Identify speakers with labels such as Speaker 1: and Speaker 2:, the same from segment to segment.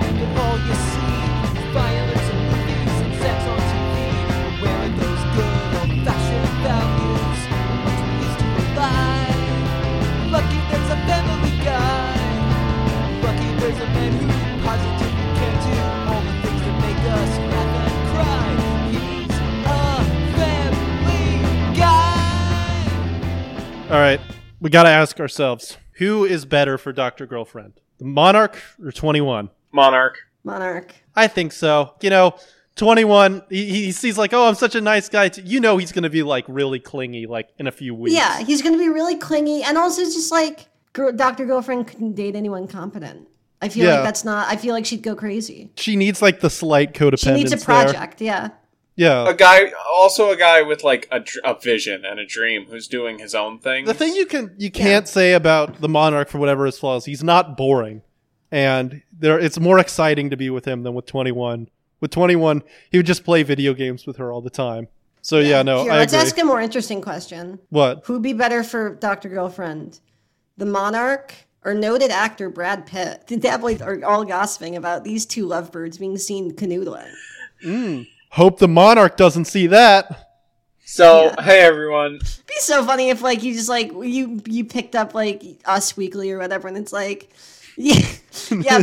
Speaker 1: you see violence in movies and sex on TV. Where are those good old fashioned values? What's we used to rely? Lucky there's a family guy. Lucky there's a man who positively can do all the things that make us laugh and cry. He's a family guy.
Speaker 2: All right, we got to ask ourselves who is better for Doctor Girlfriend, the Monarch or Twenty One?
Speaker 3: Monarch.
Speaker 4: Monarch.
Speaker 2: I think so. You know, Twenty One, he, he sees like, oh, I'm such a nice guy. To, you know, he's going to be like really clingy, like in a few weeks.
Speaker 4: Yeah, he's going to be really clingy, and also just like girl, Doctor Girlfriend couldn't date anyone competent. I feel
Speaker 2: Yeah.
Speaker 4: like that's not. I feel like she'd go crazy.
Speaker 2: she needs like the slight codependence.
Speaker 4: She needs a
Speaker 2: there.
Speaker 4: project. Yeah.
Speaker 2: Yeah,
Speaker 3: A guy, also a guy with like a, dr- a vision and a dream who's doing his own thing.
Speaker 2: the thing you can you can't say about the Monarch for whatever his flaws, he's not boring, and there it's more exciting to be with him than with Twenty One. With Twenty One, he would just play video games with her all the time. So yeah, no,
Speaker 4: Here,
Speaker 2: I
Speaker 4: let's
Speaker 2: agree.
Speaker 4: ask a more interesting question.
Speaker 2: what?
Speaker 4: Who'd be better for Doctor Girlfriend, the Monarch or noted actor Brad Pitt? The tabloids are all gossiping about these two lovebirds being seen canoodling.
Speaker 2: Hope the monarch doesn't see that.
Speaker 3: So, hey everyone.
Speaker 4: It'd be so funny if like you just like you you picked up like Us Weekly or whatever, and it's like, yeah, yeah,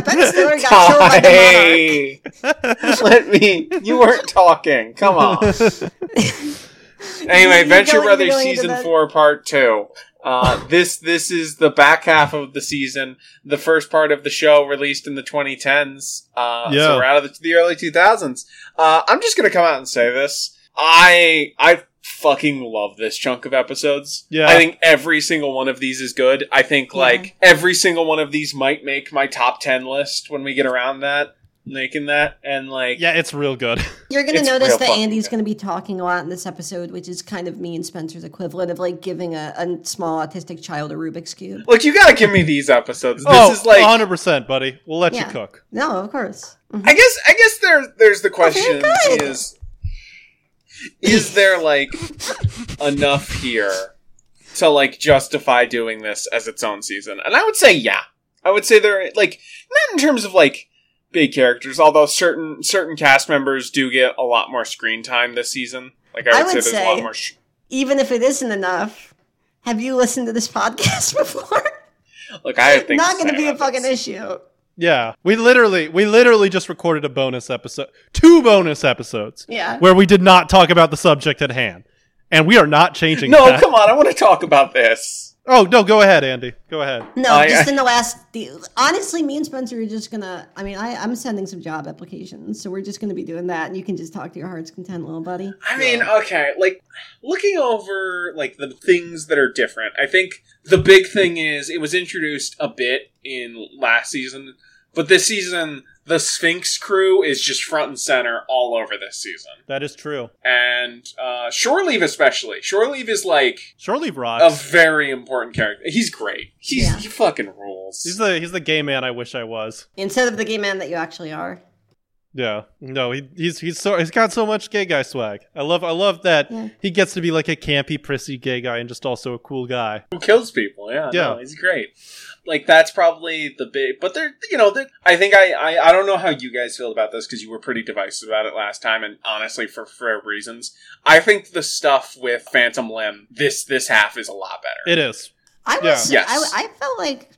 Speaker 4: Ben Stiller got killed by the Monarch.
Speaker 3: Hey, let me. You weren't talking. Come on. anyway,
Speaker 4: You're
Speaker 3: Venture Brothers
Speaker 4: going- you're going into
Speaker 3: season
Speaker 4: that-
Speaker 3: four, part two. Uh, this this is the back half of the season. The first part of the show released in the 2010s. Uh,
Speaker 2: Yeah.
Speaker 3: So we're out of the, the early 2000s. Uh, I'm just gonna come out and say this. I I fucking love this chunk of episodes.
Speaker 2: Yeah.
Speaker 3: I think every single one of these is good. I think like every single one of these might make my top 10 list when we get around that making that and like
Speaker 2: Yeah, it's real good.
Speaker 4: You're gonna
Speaker 3: It's
Speaker 4: notice
Speaker 3: real
Speaker 4: that
Speaker 3: fucking
Speaker 4: Andy's
Speaker 3: good.
Speaker 4: gonna be talking a lot in this episode, which is kind of me and Spencer's equivalent of like giving a, a small autistic child a Rubik's cube.
Speaker 3: Look, you gotta give me these episodes. This
Speaker 2: oh,
Speaker 3: is like,
Speaker 2: 100%, buddy. We'll let
Speaker 4: Yeah.
Speaker 2: you cook.
Speaker 4: No, of course. Mm-hmm.
Speaker 3: I guess, I guess there, there's the question
Speaker 4: good.
Speaker 3: is, is there like enough here to like justify doing this as its own season? And I would say, yeah, I would say there, like, not in terms of like big characters, although certain certain cast members do get a lot more screen time this season. Like, I would, say, there's a lot more. Sh-
Speaker 4: Even if it isn't enough, have you listened to this podcast before?
Speaker 3: Look, I have things
Speaker 4: Not
Speaker 3: to
Speaker 4: gonna
Speaker 3: say
Speaker 4: be a
Speaker 3: about
Speaker 4: fucking
Speaker 3: this.
Speaker 4: issue.
Speaker 2: Yeah. We literally we literally just recorded a bonus episode. Two bonus episodes
Speaker 4: Yeah.
Speaker 2: where we did not talk about the subject at hand. And we are not changing
Speaker 3: No,
Speaker 2: that.
Speaker 3: come on, I want to talk about this.
Speaker 2: Oh, no, go ahead, Andy. Go ahead.
Speaker 4: No,
Speaker 3: I-
Speaker 4: just
Speaker 3: I-
Speaker 4: in the last. The, honestly, me and Spencer are just gonna. I mean, I, I'm sending some job applications, so we're just gonna be doing that, and you can just talk to your heart's content, little buddy.
Speaker 3: I mean, okay, like looking over like the things that are different. I think the big thing is it was introduced a bit in last season, but this season the Sphinx crew is just front and center all over this season.
Speaker 2: That is true.
Speaker 3: And uh Shore Leave especially. Shore Leave is like
Speaker 2: Shore Leave
Speaker 3: a
Speaker 2: rocks.
Speaker 3: very important character. He's great. He's
Speaker 4: Yeah.
Speaker 3: he fucking rules.
Speaker 2: he's the he's the gay man I wish I was.
Speaker 4: Instead of the gay man that you actually are.
Speaker 2: Yeah. No, he, he's he's so he's got so much gay guy swag. I love I love that
Speaker 4: Yeah.
Speaker 2: he gets to be like a campy, prissy gay guy and just also a cool guy.
Speaker 3: who kills people. Yeah, yeah,
Speaker 2: Yeah.
Speaker 3: he's great. Like that's probably the big, but they're you know they're, I think I, I I don't know how you guys feel about this because you were pretty divisive about it last time, and honestly for fair reasons, I think the stuff with Phantom Limb this this half is a lot better.
Speaker 2: It is.
Speaker 4: I
Speaker 2: Yeah.
Speaker 4: was.
Speaker 3: Yes.
Speaker 4: I, I felt like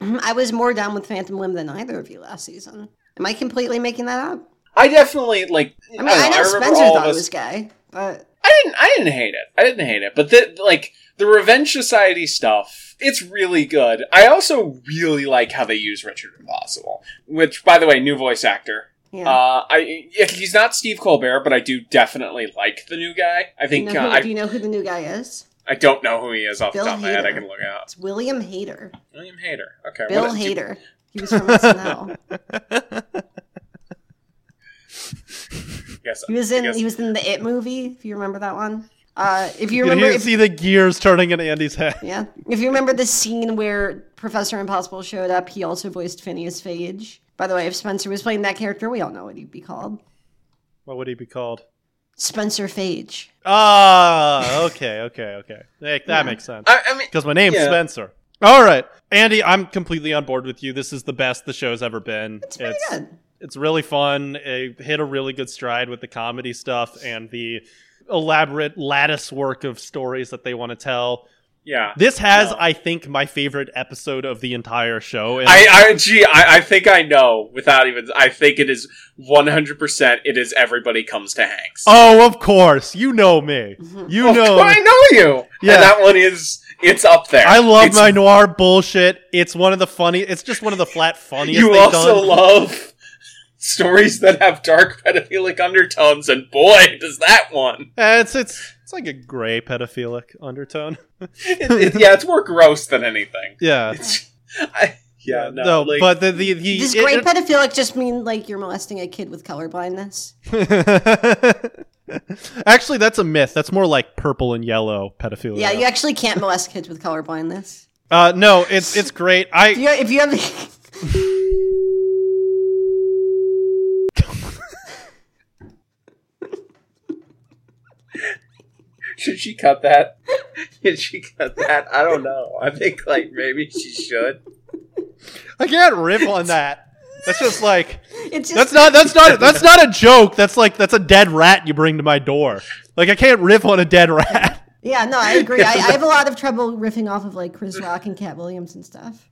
Speaker 4: I was more down with Phantom Limb than either of you last season. Am I completely making that up?
Speaker 3: I definitely like.
Speaker 4: I mean,
Speaker 3: don't
Speaker 4: I, know,
Speaker 3: remember
Speaker 4: Spencer
Speaker 3: all of
Speaker 4: thought it
Speaker 3: us-
Speaker 4: was gay, but
Speaker 3: I didn't. I didn't hate it. I didn't hate it. But the like the Revenge Society stuff, it's really good. I also really like how they use Richard Impossible, which, by the way, new voice actor.
Speaker 4: yeah.
Speaker 3: Uh, I yeah, he's not Steve Colbert, but I do definitely like the new guy. I
Speaker 4: do, you
Speaker 3: think
Speaker 4: know
Speaker 3: uh,
Speaker 4: who, do
Speaker 3: I
Speaker 4: you know who the new guy is?
Speaker 3: I don't know who he is off
Speaker 4: Bill
Speaker 3: the top of my head. I
Speaker 4: Hader.
Speaker 3: can look it up.
Speaker 4: It's William Hader.
Speaker 3: William Hader. Okay.
Speaker 4: Bill
Speaker 3: what-
Speaker 4: Hader. He was from SNL.
Speaker 3: I guess-
Speaker 4: He was
Speaker 3: I
Speaker 4: in
Speaker 3: guess-
Speaker 4: he was in the It movie. If you remember that one, uh, if
Speaker 2: You
Speaker 4: you
Speaker 2: can
Speaker 4: remember,
Speaker 2: hear-
Speaker 4: if,
Speaker 2: see the gears turning in Andy's head.
Speaker 4: yeah, if you remember the scene where Professor Impossible showed up, he also voiced Phineas Phage. By the way, if Spencer was playing that character, we all know what he'd be called,
Speaker 2: What would he be called?
Speaker 4: Spencer Phage.
Speaker 2: Ah, okay, okay, okay. Like, that makes sense.
Speaker 3: I, I mean,
Speaker 2: Because my name's
Speaker 3: Yeah.
Speaker 2: Spencer. All right, Andy, I'm completely on board with you. This is the best the show's ever been. It's
Speaker 4: Pretty good.
Speaker 5: It's really fun. It hit a really good stride with the comedy stuff and the elaborate lattice work of stories that they want to tell.
Speaker 3: Yeah.
Speaker 5: This has,
Speaker 3: No.
Speaker 5: I think, my favorite episode of the entire show. And
Speaker 3: I, I gee, I, I think I know without even. I think it is one hundred percent. It is everybody comes to Hanks.
Speaker 2: Oh, of course. You know me. You
Speaker 3: Of
Speaker 2: know.
Speaker 3: course, I know you.
Speaker 2: Yeah.
Speaker 3: and that one is it's up there.
Speaker 2: I love
Speaker 3: It's-
Speaker 2: my noir bullshit. It's one of the funny. It's just one of the flat funniest
Speaker 3: You
Speaker 2: they've
Speaker 3: also
Speaker 2: done.
Speaker 3: love stories that have dark pedophilic undertones, and boy, does that one!
Speaker 2: Eh, it's it's it's like a gray pedophilic undertone.
Speaker 3: It- it- yeah, it's more gross than anything.
Speaker 2: Yeah.
Speaker 3: It's, I, yeah, no, like-
Speaker 2: but the the, the
Speaker 4: Does
Speaker 2: it-
Speaker 4: great
Speaker 2: it-
Speaker 4: pedophilic just mean like you're molesting a kid with colorblindness?
Speaker 2: Actually, that's a myth. That's more like purple and yellow pedophilia.
Speaker 4: Yeah, you actually can't molest kids with colorblindness.
Speaker 2: Uh, no, it's it's great.
Speaker 4: If
Speaker 2: I
Speaker 4: you, if you have,
Speaker 3: should she cut that? Should she cut that? I don't know. I think like maybe she should.
Speaker 2: I can't rip on that. That's just like
Speaker 4: it's just
Speaker 2: that's not that's not that's not a joke. That's like that's a dead rat you bring to my door. Like I can't riff on a dead rat.
Speaker 4: Yeah, no, I agree. I, I have a lot of trouble riffing off of like Chris Rock and Cat Williams and stuff.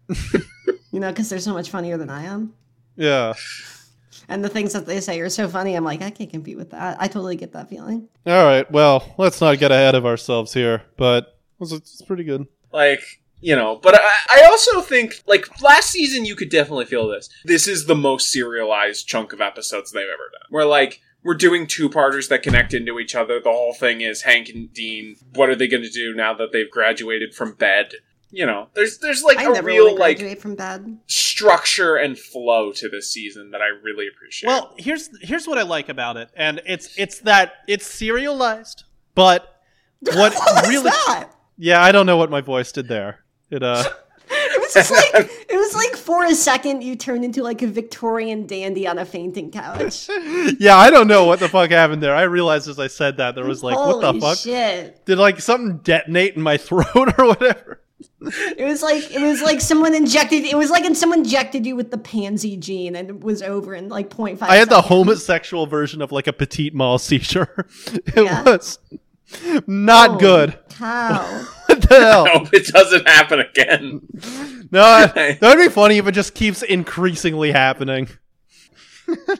Speaker 4: you know, because they're so much funnier than I am,
Speaker 2: Yeah.
Speaker 4: and the things that they say are so funny. I'm like, I can't compete with that. I totally get that feeling.
Speaker 2: All right. Well, let's not get ahead of ourselves here, but it was- it's pretty good.
Speaker 3: like you know but I, I also think like last season you could definitely feel this this is the most serialized chunk of episodes they've ever done where like we're doing two-parters that connect into each other the whole thing is hank and dean what are they going to do now that they've graduated from bed you know there's there's like
Speaker 4: I
Speaker 3: a
Speaker 4: never want
Speaker 3: real
Speaker 4: to
Speaker 3: like
Speaker 4: graduate from bed.
Speaker 3: structure and flow to this season that i really appreciate
Speaker 5: Well, here's here's what I like about it, and it's it's that it's serialized, but
Speaker 2: What
Speaker 4: What was
Speaker 2: really?
Speaker 4: that?
Speaker 2: Yeah, I don't know what my voice did there. It uh.
Speaker 4: It was just like it was like for a second you turned into like a Victorian dandy on a fainting couch.
Speaker 2: yeah, I don't know what the fuck happened there. I realized as I said that there was like,
Speaker 4: Holy
Speaker 2: what the fuck?
Speaker 4: shit.
Speaker 2: Did like something detonate in my throat or whatever?
Speaker 4: It was like it was like someone injected. It was like when someone injected you with the pansy gene, and it was over in like 0.5
Speaker 2: I had the
Speaker 4: seconds.
Speaker 2: homosexual version of like a petite mal seizure. it
Speaker 4: Yeah. Oh.
Speaker 2: was not
Speaker 4: Holy
Speaker 2: good.
Speaker 4: Cow.
Speaker 2: What the hell?
Speaker 3: i hope it doesn't happen again
Speaker 2: No, I- that would be funny if it just keeps increasingly happening.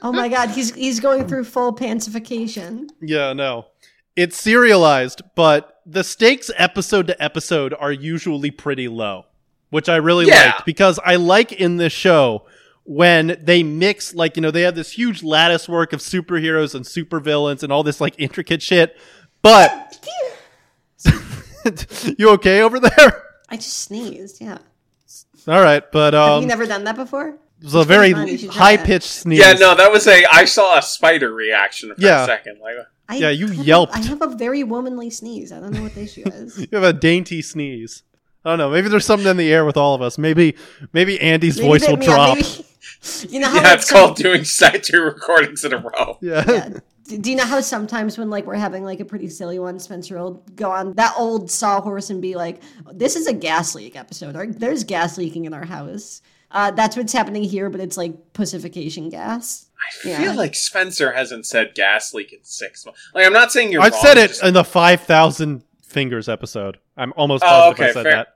Speaker 4: oh my god, he's he's going through full pansification.
Speaker 2: Yeah, no. It's serialized, but the stakes episode to episode are usually pretty low, which I really
Speaker 3: Yeah.
Speaker 2: liked because I like in this show when they mix like, you know, they have this huge lattice work of superheroes and supervillains and all this like intricate shit. But you okay over there?
Speaker 4: I just sneezed. Yeah.
Speaker 2: All right, but
Speaker 4: Have you
Speaker 2: um
Speaker 4: never done that before?
Speaker 2: it was a very
Speaker 4: fun, you should try
Speaker 2: high
Speaker 4: it.
Speaker 2: pitched sneeze.
Speaker 3: yeah no that was a i saw a spider reaction for
Speaker 2: Yeah.
Speaker 3: a second like
Speaker 4: I
Speaker 2: Yeah, you
Speaker 4: have a-
Speaker 2: yelped.
Speaker 4: I have a very womanly sneeze. I don't know what the issue is.
Speaker 2: You have a dainty sneeze. I don't know. Maybe there's something in the air with all of us. Maybe maybe Andy's
Speaker 4: Maybe
Speaker 2: voice
Speaker 4: that-
Speaker 2: will
Speaker 4: yeah,
Speaker 2: drop.
Speaker 4: maybe- you know how
Speaker 3: yeah
Speaker 4: like,
Speaker 3: it's
Speaker 4: some-
Speaker 3: called doing side two recordings in a row
Speaker 2: Yeah.
Speaker 4: Yeah. Do do you know how sometimes when like we're having like a pretty silly one, Spencer will go on that old sawhorse and be like, "This is a gas leak episode. Or, There's gas leaking in our house." Uh, that's what's happening here, but it's like pussification gas.
Speaker 3: I
Speaker 4: Yeah.
Speaker 3: feel like Spencer hasn't said gas leak in six months. Like, I'm not saying you're
Speaker 2: I've
Speaker 3: wrong.
Speaker 2: said it
Speaker 3: just-
Speaker 2: in the 5,000 fingers episode. I'm almost
Speaker 3: Oh,
Speaker 2: positive I
Speaker 3: okay,
Speaker 2: said
Speaker 3: fair.
Speaker 2: that.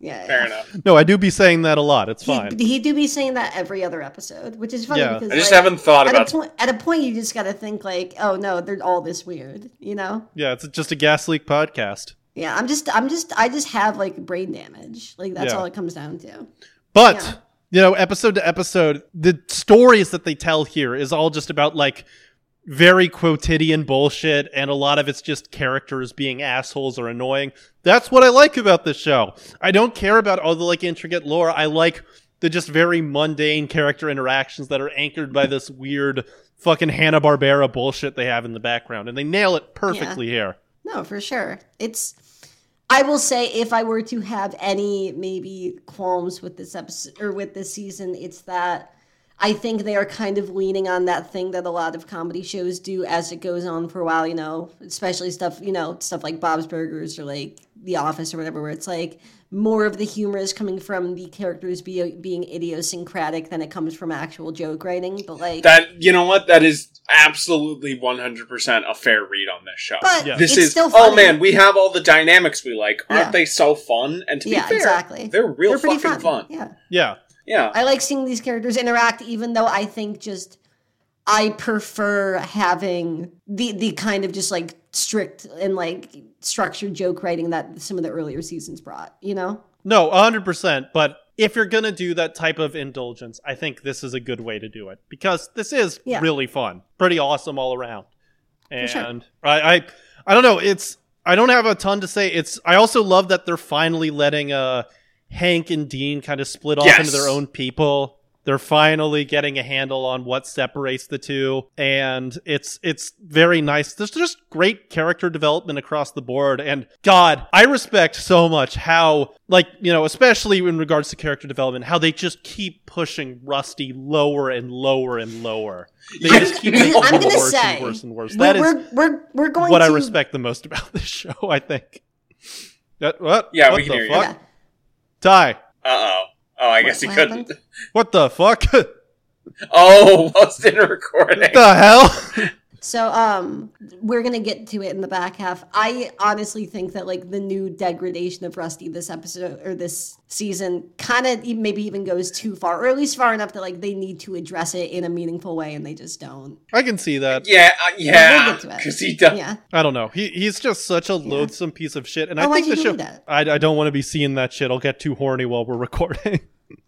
Speaker 4: Yeah,
Speaker 3: fair
Speaker 4: yeah.
Speaker 3: enough.
Speaker 2: No, I do be saying that a lot. It's
Speaker 4: He-
Speaker 2: fine.
Speaker 4: He, do be saying that every other episode, which is funny
Speaker 2: Yeah.
Speaker 4: because
Speaker 3: I just
Speaker 4: like,
Speaker 3: haven't thought
Speaker 4: at a,
Speaker 3: about
Speaker 4: point, at a point you just got to think like, "Oh no, they're all this weird," you know.
Speaker 2: Yeah, it's just a gas leak podcast.
Speaker 4: Yeah, I'm just, I'm just, I just have like brain damage. Like that's
Speaker 2: Yeah.
Speaker 4: all it comes down to.
Speaker 2: But,
Speaker 4: Yeah.
Speaker 2: you know, episode to episode, the stories that they tell here is all just about like very quotidian bullshit and a lot of it's just characters being assholes or annoying. That's what I like about this show. I don't care about all the like intricate lore. I like the just very mundane character interactions that are anchored by this weird fucking Hanna-Barbera bullshit they have in the background and they nail it perfectly here.
Speaker 4: No, for sure. It's I will say if I were to have any maybe qualms with this episode or with this season, it's that I think they are kind of leaning on that thing that a lot of comedy shows do as it goes on for a while, you know, especially stuff, you know, stuff like Bob's Burgers or like The Office or whatever, where it's like more of the humor is coming from the characters be- being idiosyncratic than it comes from actual joke writing. But like,
Speaker 3: That you know what? That is absolutely one hundred percent a fair read on this show.
Speaker 4: but
Speaker 2: Yeah.
Speaker 3: this
Speaker 4: it's
Speaker 3: is
Speaker 4: still funny.
Speaker 3: oh man, we have all the dynamics we like. Aren't
Speaker 4: Yeah.
Speaker 3: they so fun? And to
Speaker 4: yeah,
Speaker 3: be fair,
Speaker 4: exactly.
Speaker 3: they're real
Speaker 4: They're pretty
Speaker 3: fucking fun.
Speaker 4: Yeah.
Speaker 2: Yeah.
Speaker 3: Yeah,
Speaker 4: I like seeing these characters interact, even though I think just I prefer having the the kind of just like strict and like structured joke writing that some of the earlier seasons brought. You know,
Speaker 2: No, 100%. But if you're going to do that type of indulgence, I think this is a good way to do it because this is
Speaker 4: Yeah.
Speaker 2: really fun. Pretty awesome all around. And
Speaker 4: sure.
Speaker 2: I, I I don't know, it's I don't have a ton to say. It's I also love that they're finally letting uh Hank and Dean kind of split off
Speaker 3: Yes.
Speaker 2: into their own people. They're finally getting a handle on what separates the two and it's it's very nice. There's just great character development across the board and god, I respect so much how like, you know, especially in regards to character development, how they just keep pushing Rusty lower and lower and lower. They
Speaker 3: Yeah.
Speaker 2: just keep
Speaker 3: I'm
Speaker 2: making
Speaker 4: gonna
Speaker 2: it worse
Speaker 4: say,
Speaker 2: and worse and worse.
Speaker 4: we're,
Speaker 2: That is
Speaker 4: we're we're we're going
Speaker 2: what
Speaker 4: to
Speaker 2: I respect the most about this show, I think. That- what?
Speaker 3: Yeah,
Speaker 2: what
Speaker 3: we can
Speaker 2: the
Speaker 3: hear you.
Speaker 2: fuck?
Speaker 4: Yeah.
Speaker 2: Ty,
Speaker 3: Uh oh. Oh, I guess he
Speaker 4: what
Speaker 3: couldn't.
Speaker 4: happened?
Speaker 2: what the fuck? what
Speaker 3: Oh, lost in recording.
Speaker 2: the hell?
Speaker 4: So um, we're gonna get to it in the back half. I honestly think that like the new degradation of Rusty this episode or this season kind of maybe even goes too far, or at least far enough that like they need to address it in a meaningful way, and they just don't.
Speaker 2: I can see that.
Speaker 3: Yeah, uh, yeah,
Speaker 4: get to it.
Speaker 3: because he does.
Speaker 4: Yeah.
Speaker 2: I don't know. He he's just such a loathsome piece of shit, and
Speaker 4: Oh,
Speaker 2: I
Speaker 4: why'd
Speaker 2: think the
Speaker 4: you do
Speaker 2: show.
Speaker 4: that?
Speaker 2: I I don't want to be seeing that shit. I'll get too horny while we're recording.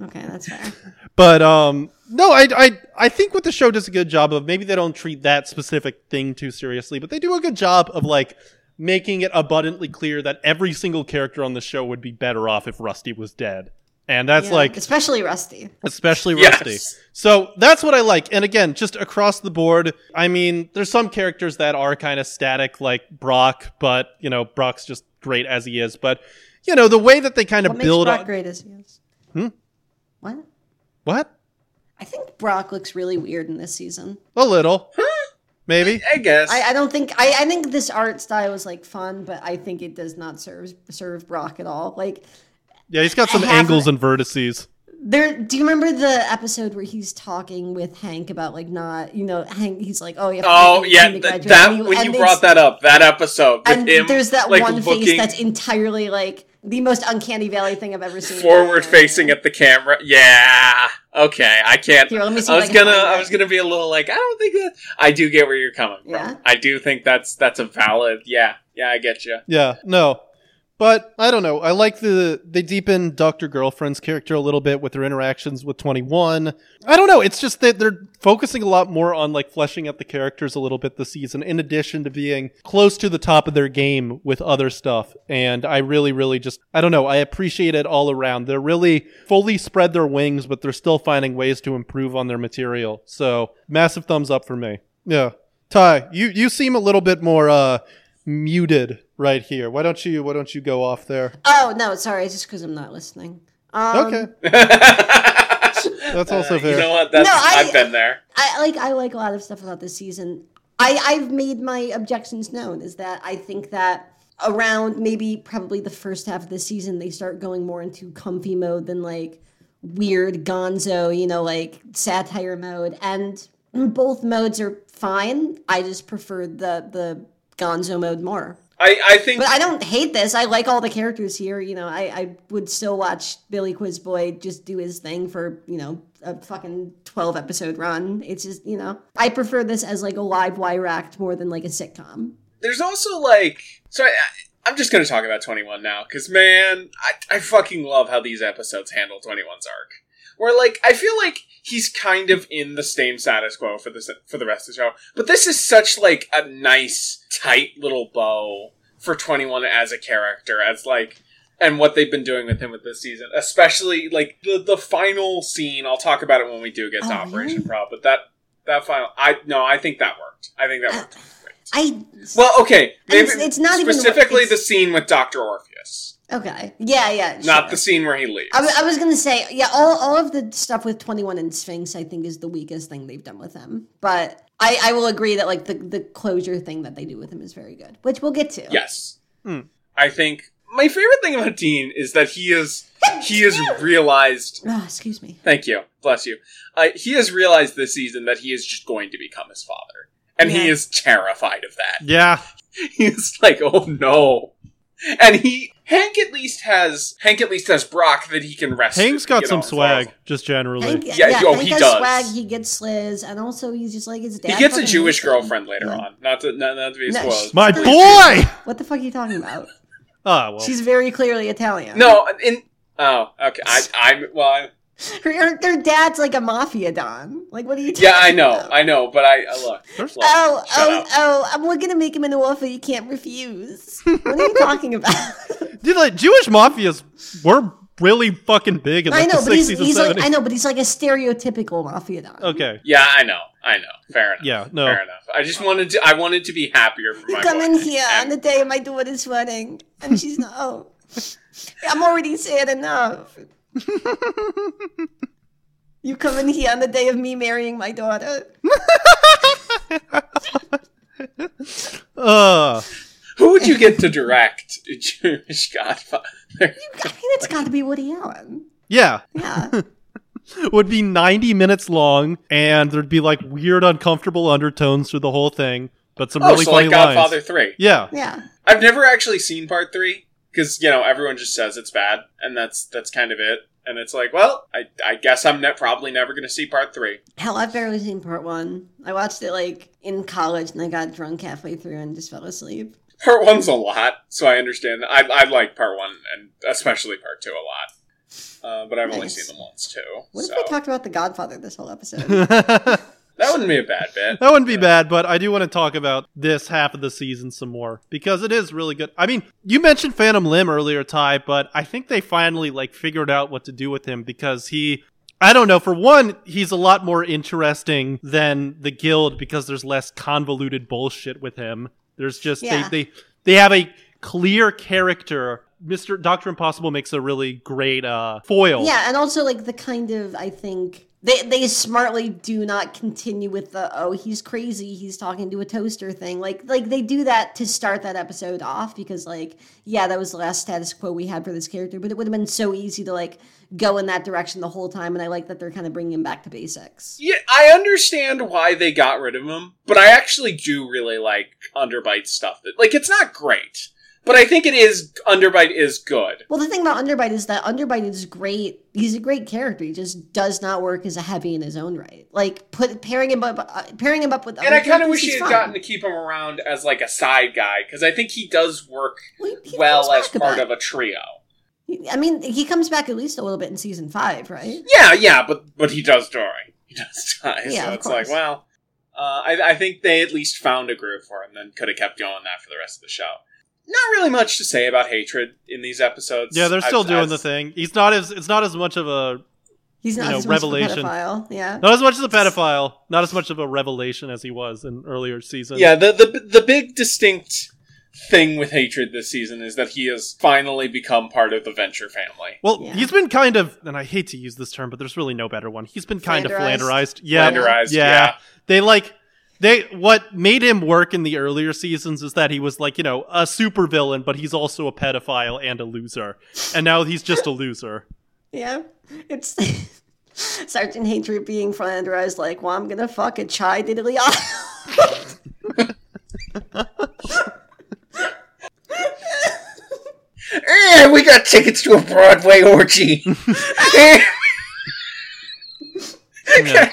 Speaker 4: Okay, that's fair.
Speaker 2: But um no, I I I think what the show does a good job of maybe they don't treat that specific thing too seriously, but they do a good job of like making it abundantly clear that every single character on the show would be better off if Rusty was dead. And that's
Speaker 4: Yeah,
Speaker 2: like
Speaker 4: especially Rusty.
Speaker 2: especially
Speaker 3: Yes.
Speaker 2: Rusty. So that's what I like. And again, just across the board, I mean, there's some characters that are kind of static, like Brock, but you know, Brock's just great as he is. But you know, the way that they kind of
Speaker 4: What makes
Speaker 2: build
Speaker 4: Brock
Speaker 2: on
Speaker 4: great as he is?
Speaker 2: Hmm?
Speaker 4: What?
Speaker 2: what
Speaker 4: I think Brock looks really weird in this season.
Speaker 2: a little, maybe.
Speaker 3: I guess.
Speaker 4: I, I don't think I, I think this art style is like fun, but I think it does not serve serve Brock at all. Like
Speaker 2: Yeah, he's got
Speaker 4: I
Speaker 2: some
Speaker 4: haven't-
Speaker 2: angles and vertices.
Speaker 4: there do you remember the episode where he's talking with Hank about like not you know, Hank he's like, Oh yeah,
Speaker 3: oh yeah, th- that when you brought that up, that episode with
Speaker 4: and
Speaker 3: him,
Speaker 4: there's that
Speaker 3: like
Speaker 4: one face
Speaker 3: looking
Speaker 4: that's entirely like the most uncanny valley thing I've ever seen.
Speaker 3: forward facing at the camera. Yeah. Okay, I can't.
Speaker 4: Here, let me see
Speaker 3: I
Speaker 4: if I
Speaker 3: was
Speaker 4: can
Speaker 3: gonna,
Speaker 4: find
Speaker 3: I
Speaker 4: it.
Speaker 3: was gonna be a little like, I don't think that. I do get where you're coming from.
Speaker 4: Yeah.
Speaker 3: I do think that's that's a valid. Yeah, yeah, I get you.
Speaker 2: Yeah, no. But I don't know. I like the they deepen Doctor Girlfriend's character a little bit with her interactions with Twenty One. I don't know. It's just that they're focusing a lot more on like fleshing out the characters a little bit this season, in addition to being close to the top of their game with other stuff. And I really, really just I don't know. I appreciate it all around. They're really fully spread their wings, but they're still finding ways to improve on their material. So massive thumbs up for me. Yeah, Ty, you you seem a little bit more uh muted right here. Why don't you why don't you go off there?
Speaker 4: Oh no, sorry, it's just because I'm not listening. Um,
Speaker 2: okay.
Speaker 3: that's
Speaker 2: also fair.
Speaker 3: Uh, You know what? That's,
Speaker 4: No, I-
Speaker 3: I've been there.
Speaker 4: I like I like a lot of stuff about this season. I, I've made my objections known is that I think that around maybe probably the first half of the season they start going more into comfy mode than like weird gonzo, you know, like satire mode. And both modes are fine. I just prefer the the gonzo mode more.
Speaker 3: I, I think
Speaker 4: But I don't hate this. I like all the characters here. You know, I, I would still watch Billy Quizboy just do his thing for, you know, a fucking 12 episode run. It's just, you know, I prefer this as like a live wire act more than like a sitcom.
Speaker 3: there's also like so I, i'm just gonna talk about 21 now because man I, I fucking love how these episodes handle 21's arc where like i feel like he's kind of in the same status quo for this for the rest of the show but this is such like a nice tight little bow for 21 as a character as like and what they've been doing with him with this season especially like the the final scene i'll talk about it when we do get to
Speaker 4: Oh,
Speaker 3: operation
Speaker 4: really?
Speaker 3: prop but that that final i no i think that worked i think
Speaker 4: Uh,
Speaker 3: that worked
Speaker 4: I
Speaker 3: well, okay. Maybe
Speaker 4: it's- it's not even-
Speaker 3: specifically
Speaker 4: it's-
Speaker 3: the scene with Doctor Orpheus.
Speaker 4: Okay. Yeah, yeah.
Speaker 3: Not the
Speaker 4: sure.
Speaker 3: scene where he leaves.
Speaker 4: I, w- I was gonna say, yeah, all, all of the stuff with Twenty One and Sphinx, I think, is the weakest thing they've done with him. But I, I will agree that like the, the closure thing that they do with him is very good, which we'll get to.
Speaker 3: Yes.
Speaker 2: Hmm.
Speaker 3: I think my favorite thing about Dean is that he is he has realized.
Speaker 4: Ah, excuse me.
Speaker 3: Thank you, bless you. Uh, he has realized this season that he is just going to become his father, and he
Speaker 4: Yeah.
Speaker 3: is terrified of that.
Speaker 2: Yeah.
Speaker 3: He's like, oh no. And he Hank at least has Hank at least has Brock that he can rest.
Speaker 2: Hank's
Speaker 3: you
Speaker 2: got
Speaker 3: know,
Speaker 2: some
Speaker 3: as
Speaker 2: swag,
Speaker 3: well.
Speaker 2: just generally.
Speaker 4: Hank,
Speaker 3: Yeah, yo,
Speaker 4: Hank
Speaker 3: he
Speaker 4: has
Speaker 3: does.
Speaker 4: swag. He gets Sliz, and also he's just like his dad.
Speaker 3: He gets a
Speaker 4: fucking
Speaker 3: Jewish
Speaker 4: hates him.
Speaker 3: girlfriend later
Speaker 4: Yeah.
Speaker 3: on. Not to not, not to be
Speaker 4: No,
Speaker 3: spoiled.
Speaker 2: My
Speaker 4: Please.
Speaker 2: boy.
Speaker 4: What the fuck are you talking about?
Speaker 2: Ah, well.
Speaker 4: She's very clearly Italian.
Speaker 3: No, in oh okay. I I'm well. I,
Speaker 4: her, her, their dad's like a mafia don. Like, what are you? Talking
Speaker 3: yeah, I know,
Speaker 4: about?
Speaker 3: I know, but I, I look.
Speaker 2: There's-
Speaker 3: look,
Speaker 4: Oh,
Speaker 3: shut
Speaker 4: oh,
Speaker 3: up.
Speaker 4: oh! I'm looking to make him an offer you can't refuse. What are you talking about?
Speaker 2: Dude, like Jewish mafias were really fucking big in like,
Speaker 4: I know,
Speaker 2: the
Speaker 4: but he's,
Speaker 2: 60s
Speaker 4: he's
Speaker 2: and
Speaker 4: like
Speaker 2: 70s.
Speaker 4: I know, but he's like a stereotypical mafia don.
Speaker 2: okay.
Speaker 3: Yeah, I know, I know. Fair enough.
Speaker 2: Yeah, no.
Speaker 3: Fair enough. I just wanted to. I wanted to be happier for
Speaker 4: You
Speaker 3: my.
Speaker 4: come
Speaker 3: boy.
Speaker 4: in here
Speaker 3: And-
Speaker 4: on the day my daughter's wedding, and she's not. Oh, I'm already sad enough. you come in here on the day of me marrying my daughter.
Speaker 2: Uh,
Speaker 3: who would you get to direct a Jewish Godfather?
Speaker 4: I mean, it's got to be Woody Allen.
Speaker 2: yeah.
Speaker 4: Yeah.
Speaker 2: Would be 90 minutes long, and there'd be like weird, uncomfortable undertones through the whole thing, but some
Speaker 3: Oh,
Speaker 2: really
Speaker 3: so
Speaker 2: funny
Speaker 3: like Godfather
Speaker 2: lines.
Speaker 3: three.
Speaker 2: Yeah.
Speaker 4: Yeah.
Speaker 3: I've never actually seen part three because you know everyone just says it's bad, and that's that's kind of it. And it's like, well, I, I guess I'm ne- probably never going to see part three.
Speaker 4: Hell, I've barely seen part one. I watched it like in college and I got drunk halfway through and just fell asleep.
Speaker 3: Part one's a lot, so I understand. I, I like part one and especially part two a lot, uh, but I've only
Speaker 4: Nice.
Speaker 3: seen them once too.
Speaker 4: What
Speaker 3: so
Speaker 4: if we talked about The Godfather this whole episode?
Speaker 2: that
Speaker 3: that wouldn't be a bad bit.
Speaker 4: Oh.
Speaker 2: wouldn't be bad, but I do want to talk about this half of the season some more because it is really good. I mean, you mentioned Phantom Limb earlier, Ty, but I think they finally like figured out what to do with him because he I don't know. For one, he's a lot more interesting than the guild because there's less convoluted bullshit with him. There's just
Speaker 4: Yeah.
Speaker 2: they, they they have a clear character. Mr. Doctor Impossible makes a really great uh foil.
Speaker 4: yeah, and also like the kind of I think they they smartly do not continue with the oh he's crazy he's talking to a toaster thing like like they do that to start that episode off because like yeah that was the last status quo we had for this character but it would have been so easy to like go in that direction the whole time and I like that they're kind of bringing him back to basics.
Speaker 3: Yeah, I understand why they got rid of him, but I actually do really like Underbite stuff. That like it's not great, but I think it is Underbite is good.
Speaker 4: Well, the thing about Underbite is that Underbite is great. He's a great character. He just does not work as a heavy in his own right. Like put pairing him up, uh, pairing him up with.
Speaker 3: And I kind of
Speaker 4: characters
Speaker 3: wish
Speaker 4: is
Speaker 3: he had
Speaker 4: fun.
Speaker 3: gotten to keep him around as like a side guy because I think he does work
Speaker 4: Well, he- he
Speaker 3: well
Speaker 4: comes
Speaker 3: as
Speaker 4: back a
Speaker 3: part
Speaker 4: bit.
Speaker 3: of a trio.
Speaker 4: I mean, he comes back at least a little bit in season five, right?
Speaker 3: Yeah, yeah, but but he does die. He does die.
Speaker 4: Yeah,
Speaker 3: so
Speaker 4: of
Speaker 3: it's like,
Speaker 4: course.
Speaker 3: well, uh, I, I think they at least found a groove for him, then could have kept going that for the rest of the show. Not really much to say about hatred in these episodes.
Speaker 2: Yeah, they're still
Speaker 3: I've-
Speaker 2: doing
Speaker 3: I've-
Speaker 2: the thing. He's not as it's not as much of a
Speaker 4: He's not
Speaker 2: You know,
Speaker 4: as much of a
Speaker 2: revelation.
Speaker 4: pedophile. Yeah.
Speaker 2: not as much as a pedophile, not as much of a revelation as he was in earlier seasons.
Speaker 3: Yeah, the the the big distinct thing with hatred this season is that he has finally become part of the Venture family.
Speaker 2: Well,
Speaker 4: Yeah.
Speaker 2: he's been kind of, and I hate to use this term, but there's really no better one. He's been kind
Speaker 4: Flanderized.
Speaker 2: of flanderized. Yeah,
Speaker 3: Flanderized, yeah.
Speaker 2: They like they what made him work in the earlier seasons is that he was like you know a supervillain, but he's also a pedophile and a loser, and now he's just a loser.
Speaker 4: Yeah. It's Sergeant Hatred being flanderized like, well, I'm gonna fuck a chai diddly.
Speaker 3: Eh, we got tickets to a Broadway orgy. Eh,
Speaker 2: Yeah.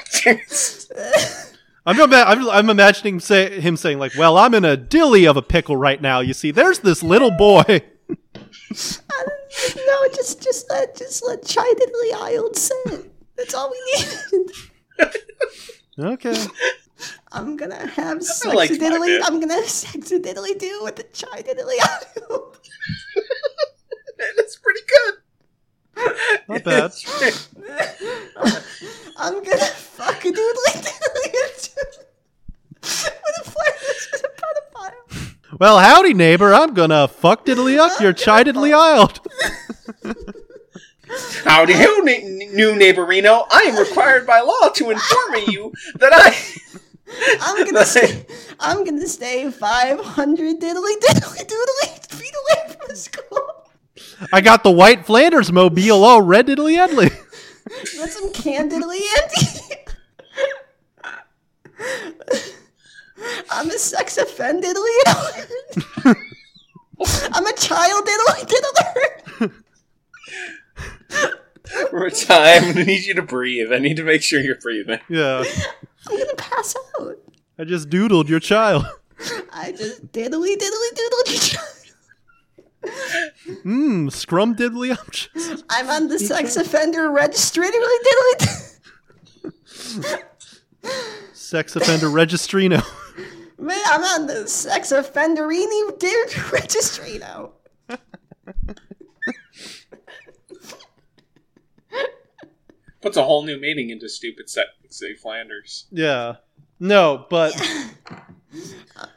Speaker 2: I'm, ima- I'm I'm imagining say, him saying like, "Well, I'm in a dilly of a pickle right now. You see, there's this little boy."
Speaker 4: no, just just let just let chai diddly Isle say it. That's all we need.
Speaker 2: Okay.
Speaker 4: I'm gonna have sex
Speaker 3: like
Speaker 4: with
Speaker 3: my
Speaker 4: Italy.
Speaker 3: bit.
Speaker 4: I'm gonna have sex with Italy too with the chai Italy.
Speaker 3: That's pretty good.
Speaker 2: Not bad.
Speaker 4: I'm gonna fuck a doodly diddly with a flash with a pedophile.
Speaker 2: Well, howdy, neighbor. I'm gonna fuck diddly up your chai diddly isled.
Speaker 3: Howdy ho, na- new neighborino. I am required by law to inform you that I.
Speaker 4: I'm gonna stay. I'm gonna stay 500 diddly diddly doodly feet away from the school.
Speaker 2: I got the white Flanders mobile all red diddly edly.
Speaker 4: That's some candidly empty. I'm a sex offendedly. I'm a child diddly diddler.
Speaker 3: We're at time. I need you to breathe. I need to make sure you're breathing.
Speaker 2: Yeah.
Speaker 4: I'm gonna pass out.
Speaker 2: I just doodled your child.
Speaker 4: I just diddly diddly doodly.
Speaker 2: Mmm, scrum diddly umptious.
Speaker 4: I'm on the sex offender registry diddly diddly.
Speaker 2: Sex offender registrino.
Speaker 4: Man, I'm on the sex offenderini diddly registry now.
Speaker 3: Puts a whole new meaning into stupid sexy Flanders.
Speaker 2: Yeah. No, but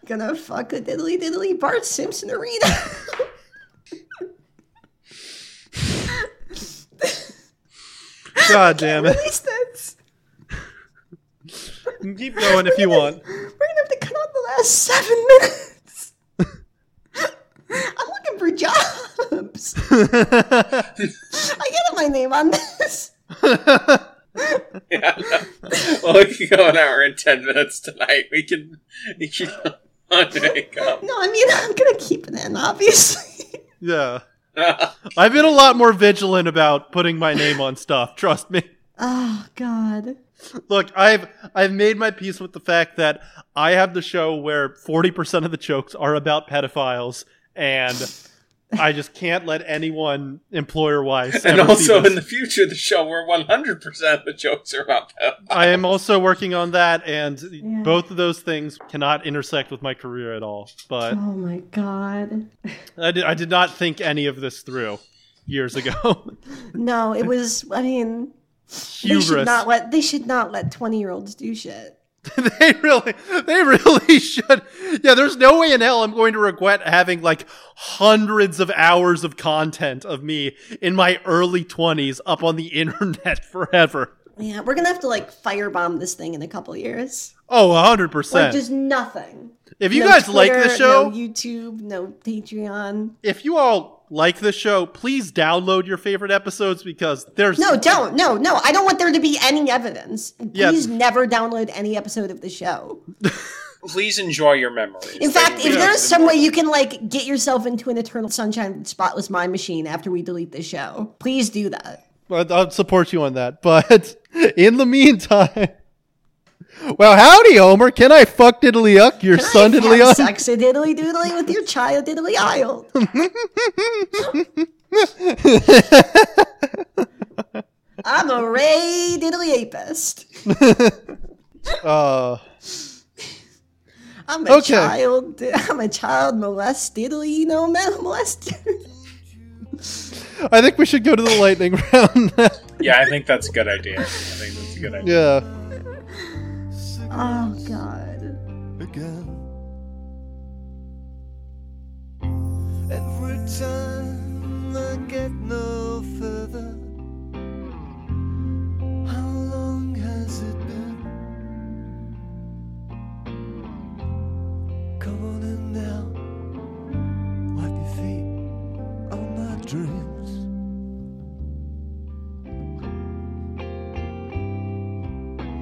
Speaker 4: Gonna fuck a diddly diddly Bart Simpson arena.
Speaker 2: god damn it.
Speaker 4: Release this.
Speaker 2: Keep going if you want.
Speaker 4: We're gonna have to cut out the last seven minutes. I'm looking for jobs. I get my name on this.
Speaker 3: Yeah. well, we can go an hour and ten minutes tonight. We can. We can make up.
Speaker 4: No, I mean I'm gonna keep it in, obviously.
Speaker 2: Yeah. I've been a lot more vigilant about putting my name on stuff, trust me.
Speaker 4: Oh God.
Speaker 2: Look, I've I've made my peace with the fact that I have the show where 40% of the jokes are about pedophiles and I just can't let anyone employer wise
Speaker 3: and also in the future, the show where one hundred percent of the jokes are about them.
Speaker 2: I am also working on that, and
Speaker 4: Yeah.
Speaker 2: both of those things cannot intersect with my career at all. But
Speaker 4: Oh my God.
Speaker 2: I did, I did not think any of this through years ago.
Speaker 4: No, it was. I mean, they should
Speaker 2: Hubris.
Speaker 4: not let. They should not let twenty year olds do shit.
Speaker 2: they really, they really should. Yeah, there's no way in hell I'm going to regret having like hundreds of hours of content of me in my early 20s up on the internet forever.
Speaker 4: Yeah, we're gonna have to like firebomb this thing in a couple years.
Speaker 2: Oh, 100%.
Speaker 4: Like just nothing.
Speaker 2: if you
Speaker 4: No
Speaker 2: guys like
Speaker 4: Twitter,
Speaker 2: the show,
Speaker 4: no YouTube, no Patreon.
Speaker 2: if you all like the show, please download your favorite episodes because there's
Speaker 4: No, don't. No, no. I don't want there to be any evidence.
Speaker 2: Yeah.
Speaker 4: Please never download any episode of the show.
Speaker 3: Please enjoy your memories.
Speaker 4: In fact,
Speaker 3: They
Speaker 4: if
Speaker 3: really
Speaker 4: there's
Speaker 3: are
Speaker 4: some way you can like get yourself into an eternal sunshine spotless mind machine after we delete this show, please do that.
Speaker 2: But I'll support you on that. But in the meantime, well, howdy, Homer. Can I fuck diddly uck your
Speaker 4: Can I
Speaker 2: son
Speaker 4: have
Speaker 2: diddly uck?
Speaker 4: Sex a diddly doodly with your child diddly isle. I'm a ray diddly apist.
Speaker 2: Uh,
Speaker 4: I'm a
Speaker 2: Okay.
Speaker 4: child. I'm a child molest diddly no mel- molester.
Speaker 2: I think we should go to the lightning round.
Speaker 3: Yeah, I think that's a good idea. I think that's a good idea.
Speaker 2: yeah.
Speaker 4: Oh god.
Speaker 1: again. Every time I get no further, how long has it been? Come on in now, wipe your feet on my dreams.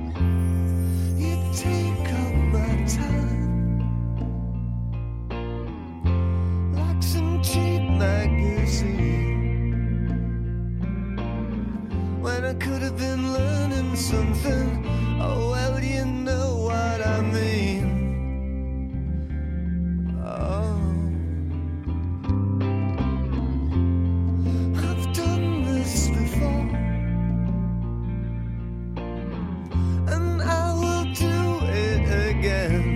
Speaker 1: You take up my time like some cheap magazine. When I could have been learning something, oh well, you know what I mean. Oh, I've done this before. and I will do it again.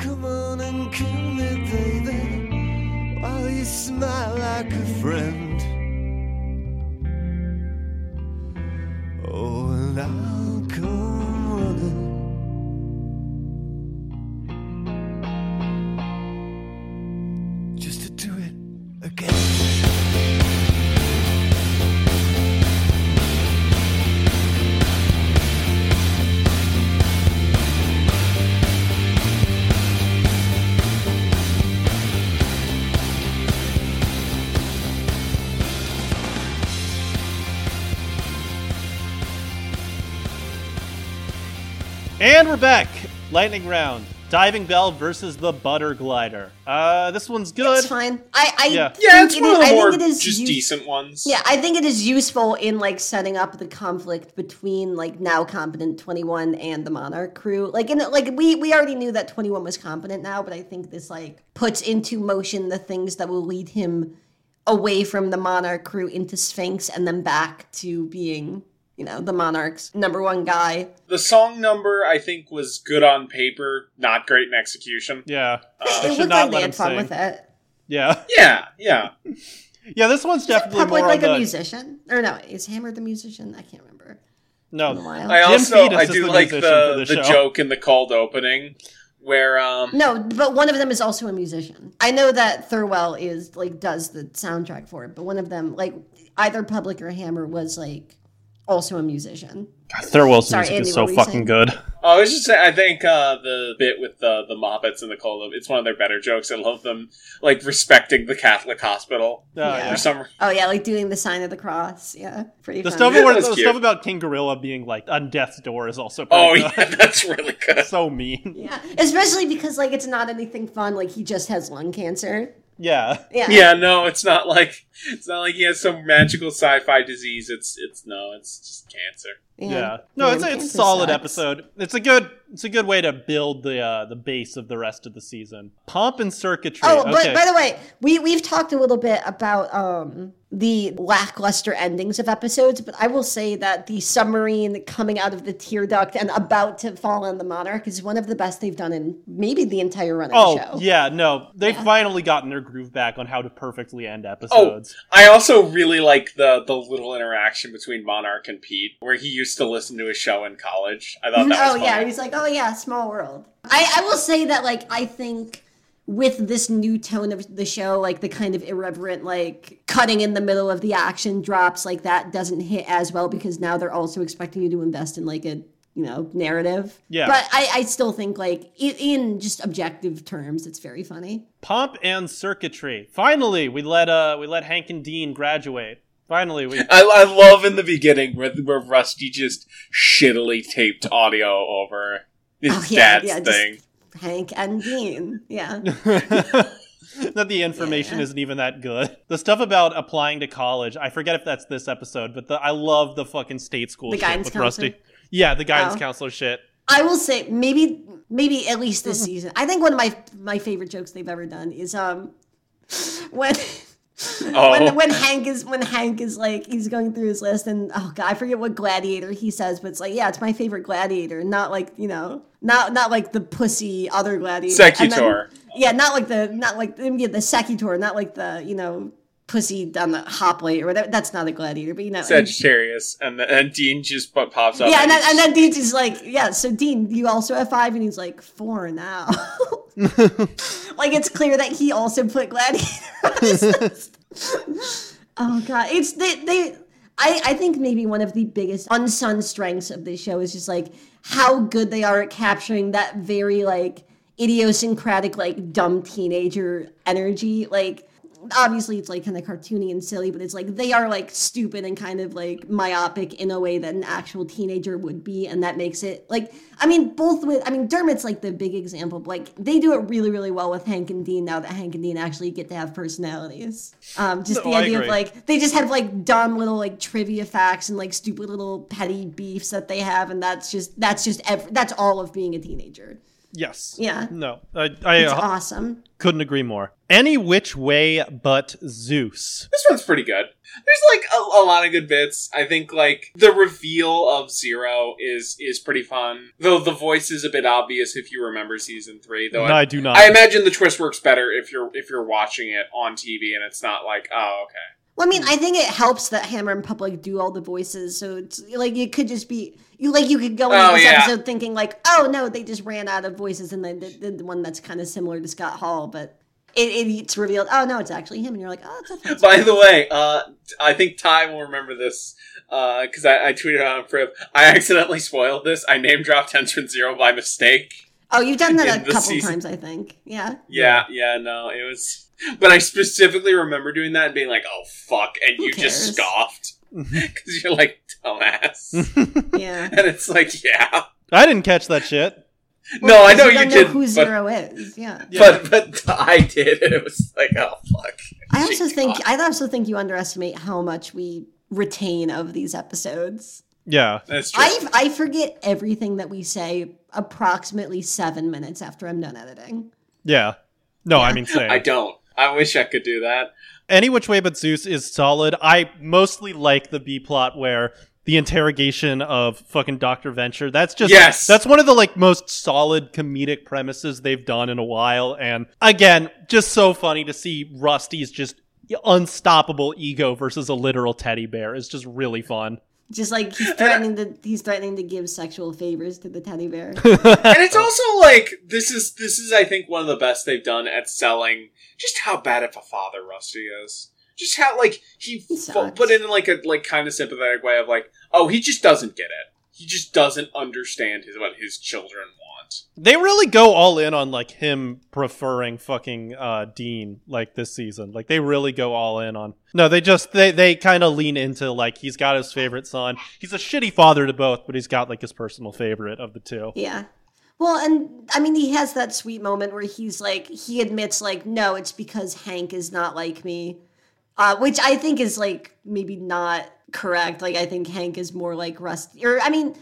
Speaker 1: Come on and kill me, baby, while you smile like a friend.
Speaker 2: And we're back. Lightning round. Diving Bell versus the Butter Glider. Uh, this one's good.
Speaker 4: It's fine. I, I
Speaker 2: Yeah.
Speaker 4: think,
Speaker 3: Yeah, it's
Speaker 4: it
Speaker 3: one
Speaker 4: is,
Speaker 3: of the
Speaker 4: I
Speaker 3: more
Speaker 4: think it is
Speaker 3: just
Speaker 4: use-
Speaker 3: decent ones.
Speaker 4: Yeah, I think it is useful in like setting up the conflict between like now competent 21 and the Monarch crew. Like in like we we already knew that 21 was competent now, but I think this like puts into motion the things that will lead him away from the Monarch crew into Sphinx and then back to being, you know, the Monarch's number one guy.
Speaker 3: The song number I think was good on paper, not great in execution.
Speaker 2: Yeah.
Speaker 3: Uh,
Speaker 4: it
Speaker 2: should
Speaker 4: looked
Speaker 2: not let
Speaker 4: like they
Speaker 2: him
Speaker 4: had fun
Speaker 2: sing.
Speaker 4: with it.
Speaker 2: Yeah.
Speaker 3: Yeah, yeah.
Speaker 2: Yeah, this one's definitely
Speaker 4: Public
Speaker 2: more
Speaker 4: like
Speaker 2: on
Speaker 4: a
Speaker 2: the-
Speaker 4: musician. Or no, is Hammer the musician? I can't remember.
Speaker 2: No.
Speaker 4: Been a while.
Speaker 3: I
Speaker 2: Jim
Speaker 3: also
Speaker 2: Fetus
Speaker 3: I
Speaker 2: is
Speaker 3: do
Speaker 2: the
Speaker 3: like
Speaker 2: musician for
Speaker 3: the
Speaker 2: the
Speaker 3: the,
Speaker 2: show.
Speaker 3: joke in the cold opening where um
Speaker 4: No, but one of them is also a musician. I know that Thurwell is like does the soundtrack for it, but one of them, like either Public or Hammer, was like also a musician.
Speaker 2: Thirlwell's
Speaker 4: Sorry,
Speaker 2: music
Speaker 4: Andy,
Speaker 2: is
Speaker 4: what
Speaker 2: so
Speaker 4: were you
Speaker 2: fucking
Speaker 4: saying?
Speaker 2: good.
Speaker 3: Oh, I was just saying, I think uh, the bit with the the Moppets and the cold open, it's one of their better jokes. I love them like respecting the Catholic hospital
Speaker 2: Yeah,
Speaker 4: Yeah.
Speaker 3: for some
Speaker 4: Oh yeah, like doing the sign of the cross. Yeah, pretty.
Speaker 2: The
Speaker 4: fun.
Speaker 2: stuff, where,
Speaker 3: That's
Speaker 2: the
Speaker 3: cute.
Speaker 2: stuff about King Gorilla being like on death's door is also pretty
Speaker 3: Oh
Speaker 2: good.
Speaker 3: yeah, that's really good.
Speaker 2: so mean.
Speaker 4: Yeah, especially because like it's not anything fun. Like he just has lung cancer.
Speaker 2: Yeah.
Speaker 4: Yeah.
Speaker 3: Yeah, no, it's not like it's not like he has some magical sci-fi disease. It's it's no, it's just cancer.
Speaker 2: Yeah. No, it's a, it's a solid episode. It's a good it's a good way to build the uh, the base of the rest of the season. Pomp and circuitry.
Speaker 4: Oh,
Speaker 2: okay.
Speaker 4: but by the way, we we've talked a little bit about um, the lackluster endings of episodes, but I will say that the submarine coming out of the tear duct and about to fall on the monarch is one of the best they've done in maybe the entire run of
Speaker 2: Oh
Speaker 4: the show.
Speaker 2: yeah, no, they've
Speaker 4: Yeah.
Speaker 2: finally gotten their groove back on how to perfectly end
Speaker 3: Oh,
Speaker 2: episodes.
Speaker 3: I also really like the the little interaction between Monarch and Pete, where he used to listen to his show in college. I thought that was
Speaker 4: Oh
Speaker 3: funny.
Speaker 4: yeah, he's like, oh yeah, small world. I, I will say that like I think with this new tone of the show, like the kind of irreverent, like cutting in the middle of the action drops, like that doesn't hit as well because now they're also expecting you to invest in like a you know narrative.
Speaker 2: Yeah.
Speaker 4: But I, I still think like in, in just objective terms, it's very funny.
Speaker 2: Pomp and circuitry. Finally, we let uh we let Hank and Dean graduate. Finally, we
Speaker 3: I, I love in the beginning where where Rusty just shittily taped audio over his
Speaker 4: Oh, yeah,
Speaker 3: dad's
Speaker 4: yeah, just-
Speaker 3: thing.
Speaker 4: Hank and Dean, yeah.
Speaker 2: that the information isn't even that good. The stuff about applying to college, I forget if that's this episode, but the, I love the fucking state school
Speaker 4: The
Speaker 2: shit
Speaker 4: guidance
Speaker 2: with Rusty.
Speaker 4: counselor?
Speaker 2: Yeah, the guidance
Speaker 4: Oh.
Speaker 2: counselor shit.
Speaker 4: I will say maybe maybe at least this season. I think one of my my favorite jokes they've ever done is um when
Speaker 3: Oh.
Speaker 4: when when Hank is when Hank is like he's going through his list and oh god I forget what gladiator he says but it's like yeah it's my favorite gladiator not like you know not not like the pussy other gladiator And then-
Speaker 3: Secutor.
Speaker 4: yeah not like the not like yeah, the secutor not like the you know pussy down the hoplite or whatever that's not a gladiator but you know and-
Speaker 3: Sagittarius, and the, and Dean just po- pops up.
Speaker 4: yeah, and
Speaker 3: and
Speaker 4: then, and then Dean's is like, yeah, so Dean, you also have five? And he's like, four now. like, it's clear that he also put Gladiator on his list. oh, God. It's, they, they, I, I think maybe one of the biggest unsung strengths of this show is just like how good they are at capturing that very, like, idiosyncratic, like, dumb teenager energy. Like, obviously it's like kind of cartoony and silly, but it's like they are like stupid and kind of like myopic in a way that an actual teenager would be, and that makes it like I mean both with I mean Dermot's like the big example, but like they do it really really well with Hank and Dean now that Hank and Dean actually get to have personalities. Um, just
Speaker 2: No,
Speaker 4: the
Speaker 2: I
Speaker 4: idea
Speaker 2: agree.
Speaker 4: of like they just have like dumb little like trivia facts and like stupid little petty beefs that they have, and that's just that's just ev- that's all of being a teenager.
Speaker 2: Yes.
Speaker 4: Yeah.
Speaker 2: No, I, I
Speaker 4: It's
Speaker 2: uh,
Speaker 4: awesome.
Speaker 2: couldn't agree more. Any which way but Zeus.
Speaker 3: this one's pretty good. There's like a, a lot of good bits. I think like the reveal of Zero is is pretty fun, though the voice is a bit obvious if you remember season three. Though
Speaker 2: no,
Speaker 3: I,
Speaker 2: I do not.
Speaker 3: I imagine the twist works better if you're if you're watching it on TV and it's not like oh okay.
Speaker 4: Well, I mean, I think it helps that Hammer and Public do all the voices, so it's like it could just be you like you could go into
Speaker 3: Oh,
Speaker 4: this
Speaker 3: yeah.
Speaker 4: episode thinking like, oh no, they just ran out of voices, and then they did the one that's kind of similar to Scott Hall, but it, it it's revealed, oh no, it's actually him, and you're like, oh, that's a
Speaker 3: By the way, uh, I think Ty will remember this because I, I tweeted out on Prip. I accidentally spoiled this. I name dropped Entrance Zero by mistake.
Speaker 4: oh, you've done that
Speaker 3: In
Speaker 4: a
Speaker 3: the
Speaker 4: couple
Speaker 3: season.
Speaker 4: times, I think, yeah.
Speaker 3: Yeah, yeah, no, it was. But I specifically remember doing that and being like, "Oh fuck!" and
Speaker 4: Who
Speaker 3: you just
Speaker 4: cares?
Speaker 3: scoffed because you're like dumbass,
Speaker 4: Yeah.
Speaker 3: and it's like, yeah,
Speaker 2: I didn't catch that shit.
Speaker 3: no, I
Speaker 4: Because
Speaker 3: know
Speaker 4: don't
Speaker 3: you
Speaker 4: know
Speaker 3: did,
Speaker 4: who
Speaker 3: but,
Speaker 4: Zero is. Yeah.
Speaker 3: but but I did, and it was like, oh fuck.
Speaker 4: I also think I also think you underestimate how much we retain of these episodes.
Speaker 2: Yeah.
Speaker 3: That's true.
Speaker 4: I I forget everything that we say approximately seven minutes after I'm done editing.
Speaker 2: Yeah. No, I mean same.
Speaker 3: I don't. I wish I could do that.
Speaker 2: Any which way but Zeus is solid. I mostly like the B plot where the interrogation of fucking Doctor Venture. That's just
Speaker 3: Yes.
Speaker 2: That's one of the like most solid comedic premises they've done in a while. And again, just so funny to see Rusty's just unstoppable ego versus a literal teddy bear is just really fun.
Speaker 4: Just like he's threatening to he's threatening to give sexual favors to the teddy bear.
Speaker 3: and it's also like this is this is I think one of the best they've done at selling just how bad of a father Rusty is. Just how like he,
Speaker 4: He
Speaker 3: fu-
Speaker 4: sucks.
Speaker 3: put in like a like kind of sympathetic way of like, oh, he just doesn't get it. He just doesn't understand his, what his children want.
Speaker 2: They really go all in on like him preferring fucking uh, Dean like this season. Like they really go all in on. No, they just they they kind of lean into like he's got his favorite son. He's a shitty father to both, but he's got like his personal favorite of the two.
Speaker 4: Yeah. Well, and I mean, he has that sweet moment where he's like, he admits, like, no, it's because Hank is not like me, uh, which I think is like maybe not correct. Like, I think Hank is more like Rusty, or I mean,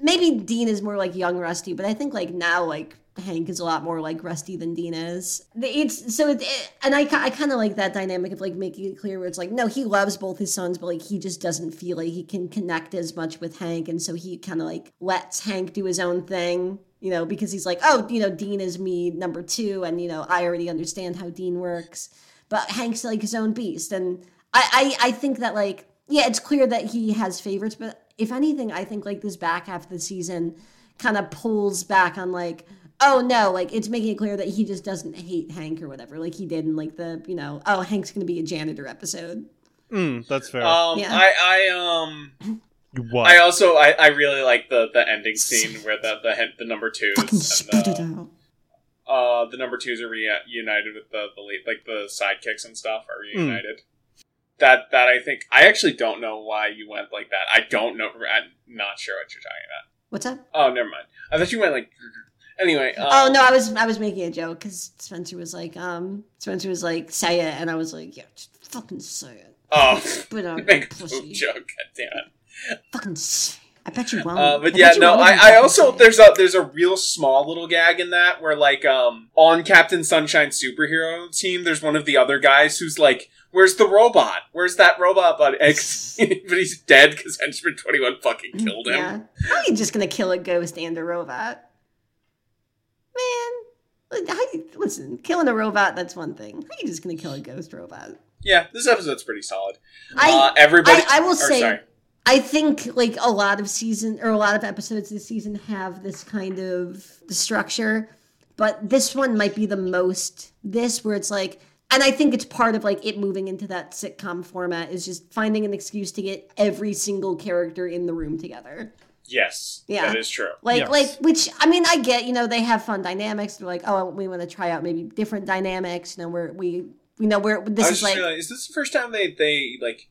Speaker 4: maybe Dean is more like young Rusty, but I think like now, like, Hank is a lot more like Rusty than Dean is. It's so, it, it- and I, ki- I kind of like that dynamic of like making it clear where it's like, no, he loves both his sons, but like he just doesn't feel like he can connect as much with Hank. And so he kind of like lets Hank do his own thing, you know, because he's like, oh, you know, Dean is me number two. And, you know, I already understand how Dean works. But Hank's like his own beast. And I, I, I think that like, yeah, it's clear that he has favorites, but if anything, I think like this back half of the season kind of pulls back on like, oh no, like it's making it clear that he just doesn't hate Hank or whatever, like he did in like the you know, oh Hank's gonna be a janitor episode.
Speaker 2: Mm, that's fair.
Speaker 3: Um,
Speaker 4: Yeah.
Speaker 3: I I um
Speaker 2: what?
Speaker 3: I also I, I really like the the ending scene where the the hen- the number twos
Speaker 4: Fucking
Speaker 3: and
Speaker 4: spit it
Speaker 3: the,
Speaker 4: out.
Speaker 3: uh the number twos are reunited with the the lead, like the sidekicks and stuff are reunited. That that I think I actually don't know why you went like that. I don't know. I'm not sure what you're talking about.
Speaker 4: What's up?
Speaker 3: Oh, never mind. I thought you went like anyway. Um,
Speaker 4: Oh no, I was I was making a joke because Spencer was like, um Spencer was like, say it and I was like, Yeah, just fucking say it.
Speaker 3: Oh,
Speaker 4: Spit out your
Speaker 3: make a poop
Speaker 4: pussy.
Speaker 3: joke. God damn it.
Speaker 4: Fucking say it. I bet you won't.
Speaker 3: Uh,
Speaker 4: Um, I
Speaker 3: but
Speaker 4: bet
Speaker 3: yeah,
Speaker 4: you
Speaker 3: no,
Speaker 4: won't even
Speaker 3: I, I
Speaker 4: fucking
Speaker 3: also
Speaker 4: say it.
Speaker 3: there's a there's a real small little gag in that where like um on Captain Sunshine superhero team, there's one of the other guys who's like, "Where's the robot? Where's that robot?" But ex- but he's dead because Henchman Twenty One fucking killed him.
Speaker 4: Mm, Yeah. How are you just gonna kill a ghost and a robot? Man, like, how you, listen, killing a robot that's one thing. How are you just gonna kill a ghost robot?
Speaker 3: Yeah, this episode's pretty solid.
Speaker 4: I
Speaker 3: uh, everybody,
Speaker 4: I, I will
Speaker 3: or,
Speaker 4: say,
Speaker 3: sorry.
Speaker 4: I think like a lot of season or a lot of episodes this season have this kind of structure, but this one might be the most this where it's like, and I think it's part of like it moving into that sitcom format is just finding an excuse to get every single character in the room together.
Speaker 3: yes,
Speaker 4: Yeah.
Speaker 3: that is true.
Speaker 4: Like,
Speaker 2: Yes.
Speaker 4: like, which I mean, I get. You know, they have fun dynamics. They're like, oh, we want to try out maybe different dynamics. You know, where we, you know, where
Speaker 3: I was
Speaker 4: this is
Speaker 3: just
Speaker 4: like,
Speaker 3: feeling, is this the first time they they like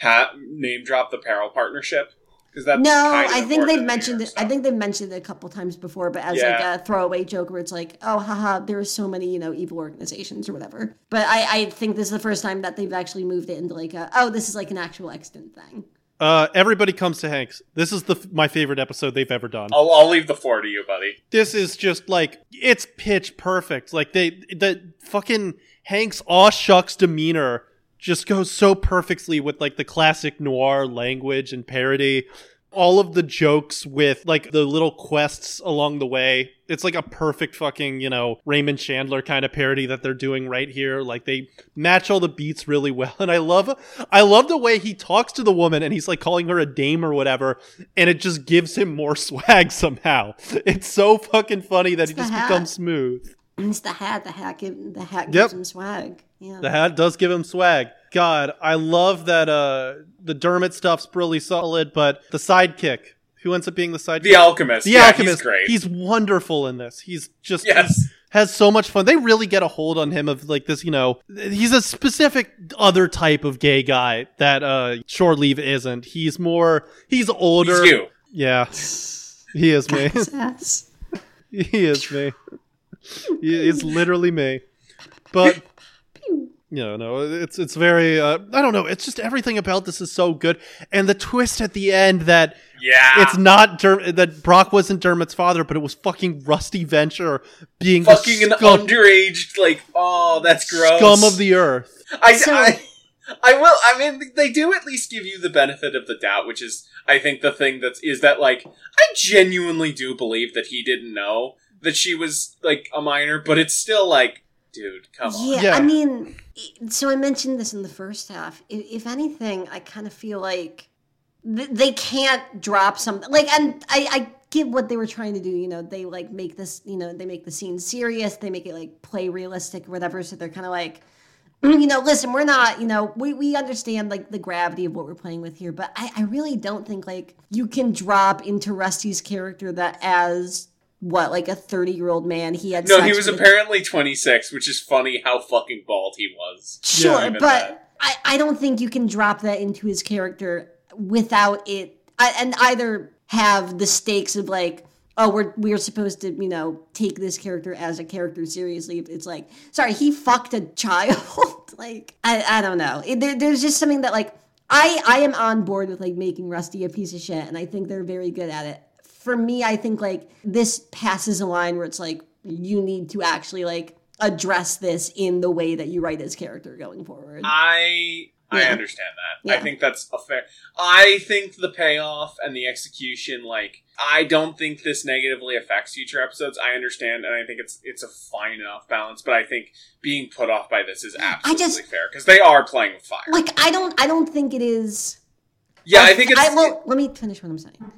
Speaker 3: ha- name drop the Peril partnership? Because that's
Speaker 4: no,
Speaker 3: kind of
Speaker 4: I think
Speaker 3: important
Speaker 4: they've
Speaker 3: in
Speaker 4: mentioned
Speaker 3: here,
Speaker 4: it.
Speaker 3: so.
Speaker 4: I think they've mentioned it a couple times before, but as
Speaker 3: Yeah.
Speaker 4: like a throwaway joke, where it's like, oh, haha, there are so many, you know, evil organizations or whatever. But I, I think this is the first time that they've actually moved it into like, a, oh, this is like an actual extant thing.
Speaker 2: Uh, everybody comes to Hanks. This is the f- my favorite episode they've ever done.
Speaker 3: I'll I'll leave the floor to you, buddy.
Speaker 2: this is just like it's pitch perfect. Like they the fucking Hank's aw shucks demeanor just goes so perfectly with like the classic noir language and parody. All of the jokes with like the little quests along the way. It's like a perfect fucking, you know, Raymond Chandler kind of parody that they're doing right here. Like they match all the beats really well. And I love I love the way he talks to the woman and he's like calling her a dame or whatever and it just gives him more swag somehow. It's so fucking funny that he
Speaker 4: the
Speaker 2: just
Speaker 4: hat.
Speaker 2: becomes smooth.
Speaker 4: And it's the hat. The hat give the hat
Speaker 2: Yep.
Speaker 4: gives them swag. Yeah.
Speaker 2: The hat does give him swag. God, I love that uh the Dermot stuff's really solid, but the sidekick, who ends up being the sidekick?
Speaker 3: The Alchemist.
Speaker 2: The
Speaker 3: yeah,
Speaker 2: Alchemist.
Speaker 3: He's great.
Speaker 2: wonderful in this. He's just
Speaker 3: yes.
Speaker 2: has so much fun. They really get a hold on him of like this, you know, he's a specific other type of gay guy that uh Shore Leave isn't. He's more he's older.
Speaker 3: He's you.
Speaker 2: Yeah. He is me.
Speaker 4: His ass.
Speaker 2: he is me. He is literally me. But
Speaker 4: Pew.
Speaker 2: no, no, it's it's very. Uh, I don't know. It's just everything about this is so good, and the twist at the end that
Speaker 3: Yeah.
Speaker 2: it's not Derm- that Brock wasn't Dermot's father, but it was fucking Rusty Venture being the
Speaker 3: fucking an
Speaker 2: scum,
Speaker 3: underage like oh that's gross
Speaker 2: scum of the earth.
Speaker 3: I,
Speaker 4: So-
Speaker 3: I I will I mean they do at least give you the benefit of the doubt which is I think the thing that's is that like I genuinely do believe that he didn't know that she was like a minor but it's still like dude come on
Speaker 4: Yeah,
Speaker 2: Yeah.
Speaker 4: I mean, i- so I mentioned this in the first half. I- If anything, I kind of feel like th- they can't drop something. Like, and I, I get what they were trying to do. You know, they like make this. You know, they make the scene serious. They make it like play realistic, or whatever. So they're kind of like, you know, listen, we're not. You know, we we understand like the gravity of what we're playing with here, but I, I really don't think like you can drop into Rusty's character that as what like a 30 year old man he had
Speaker 3: no
Speaker 4: sex
Speaker 3: he was
Speaker 4: with a
Speaker 3: apparently 26 which is funny how fucking bald he was
Speaker 4: Sure,
Speaker 3: Even
Speaker 4: but
Speaker 3: that.
Speaker 4: I, I don't think you can drop that into his character without it, I, and either have the stakes of like, oh, we're we're supposed to you know take this character as a character seriously. It's like, sorry, he fucked a child. like I, I don't know. It, there, there's just something that like I I am on board with like making Rusty a piece of shit, and I think they're very good at it. For me, I think like this passes a line where it's like you need to actually like address this in the way that you write his character going forward.
Speaker 3: I I
Speaker 4: Yeah.
Speaker 3: understand that. I
Speaker 4: Yeah.
Speaker 3: think that's a fair. I think the payoff and the execution, like, I don't think this negatively affects future episodes. I understand, and I think it's it's a fine enough balance. But I think being put off by this is absolutely
Speaker 4: just-
Speaker 3: fair because they are playing with fire.
Speaker 4: like I don't I don't think it is
Speaker 3: yeah, I, think it's.
Speaker 4: I well let me finish what I'm saying.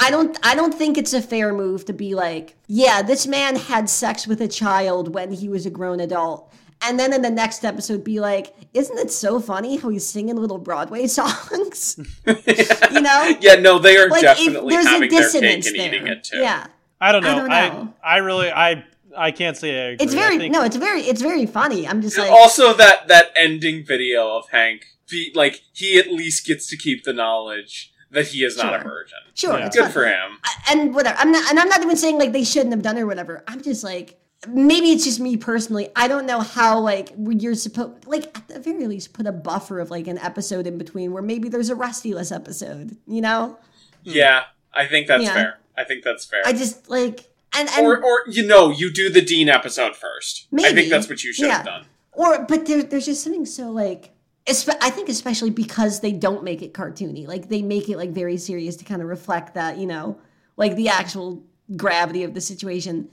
Speaker 4: I don't I don't think it's a fair move to be like, yeah, this man had sex with a child when he was a grown adult. And then in the next episode be like, isn't it so funny how he's singing little Broadway songs? You know?
Speaker 3: yeah, no, they are
Speaker 4: Like if
Speaker 3: definitely
Speaker 4: there's a
Speaker 3: having their cake
Speaker 4: dissonance
Speaker 3: and
Speaker 4: there.
Speaker 3: eating it too.
Speaker 4: Yeah.
Speaker 6: I don't
Speaker 4: I
Speaker 6: know. I
Speaker 4: don't know.
Speaker 6: I, really I I can't say I agree.
Speaker 4: It's very
Speaker 6: I think-
Speaker 4: no, it's very it's very funny. I'm just like
Speaker 3: also, that that ending video of Hank, be, like he at least gets to keep the knowledge that he is not a
Speaker 4: Sure.
Speaker 3: virgin.
Speaker 4: sure,
Speaker 6: Yeah.
Speaker 4: it's
Speaker 3: Good
Speaker 4: funny.
Speaker 3: for him.
Speaker 4: and whatever. I'm not, and I'm not even saying like they shouldn't have done it or whatever. I'm just like, maybe it's just me personally. I don't know how like when you're supposed, like at the very least, put a buffer of like an episode in between where maybe there's a rusty-less episode. You know,
Speaker 3: Yeah, I think that's
Speaker 4: Hmm. Yeah.
Speaker 3: fair. I think that's fair.
Speaker 4: I just like and and
Speaker 3: or,
Speaker 4: or,
Speaker 3: or you know, you do the Dean episode first. I
Speaker 4: Maybe.
Speaker 3: think that's what you should have
Speaker 4: Yeah.
Speaker 3: done.
Speaker 4: but there, there's just something so like. espe- I think especially because they don't make it cartoony, like they make it like very serious to kind of reflect that you know, like the actual gravity of the situation.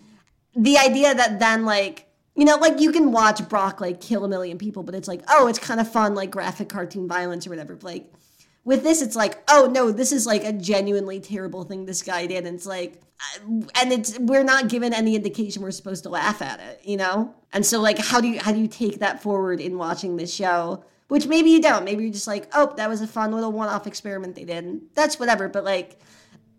Speaker 4: the idea that then like you know like you can watch brock like kill a million people but it's like oh it's kind of fun like graphic cartoon violence or whatever but, like with this it's like oh no this is like a genuinely terrible thing this guy did and it's like I- and it's we're not given any indication we're supposed to laugh at it you know and so like how do you how do you take that forward in watching this show which maybe you don't maybe you're just like oh that was a fun little one-off experiment they did and that's whatever but like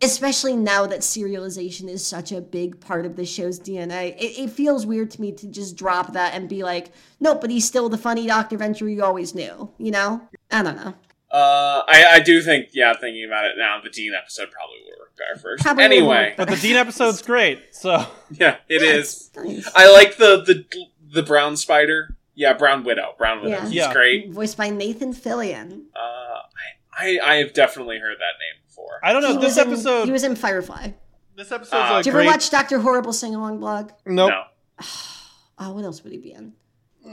Speaker 4: especially now that serialization is such a big part of the show's DNA, it, it feels weird to me to just drop that and be like, nope, but he's still the funny Dr. Venture you always knew, you know? I don't know.
Speaker 3: Uh, I, I do think, yeah, thinking about it now, the Dean episode probably would work better first.
Speaker 4: Probably would've
Speaker 3: anyway,
Speaker 4: worked
Speaker 6: But the Dean episode's great. So
Speaker 3: yeah, it is.
Speaker 4: Nice.
Speaker 3: I like the the the brown spider. Yeah, brown widow. Brown widow.
Speaker 4: Yeah.
Speaker 3: He's
Speaker 6: Yeah.
Speaker 3: great.
Speaker 4: Voiced by Nathan Fillion.
Speaker 3: Uh, I, I I have definitely heard that name before.
Speaker 6: I don't know.
Speaker 4: He
Speaker 6: this
Speaker 4: was in-
Speaker 6: episode
Speaker 4: he was in Firefly.
Speaker 2: This episode's
Speaker 3: Uh,
Speaker 2: a
Speaker 4: Did you
Speaker 2: great.
Speaker 4: ever watch Dr. Horrible Sing Along blog?
Speaker 2: nope.
Speaker 3: No,
Speaker 4: Oh, what else would he be in?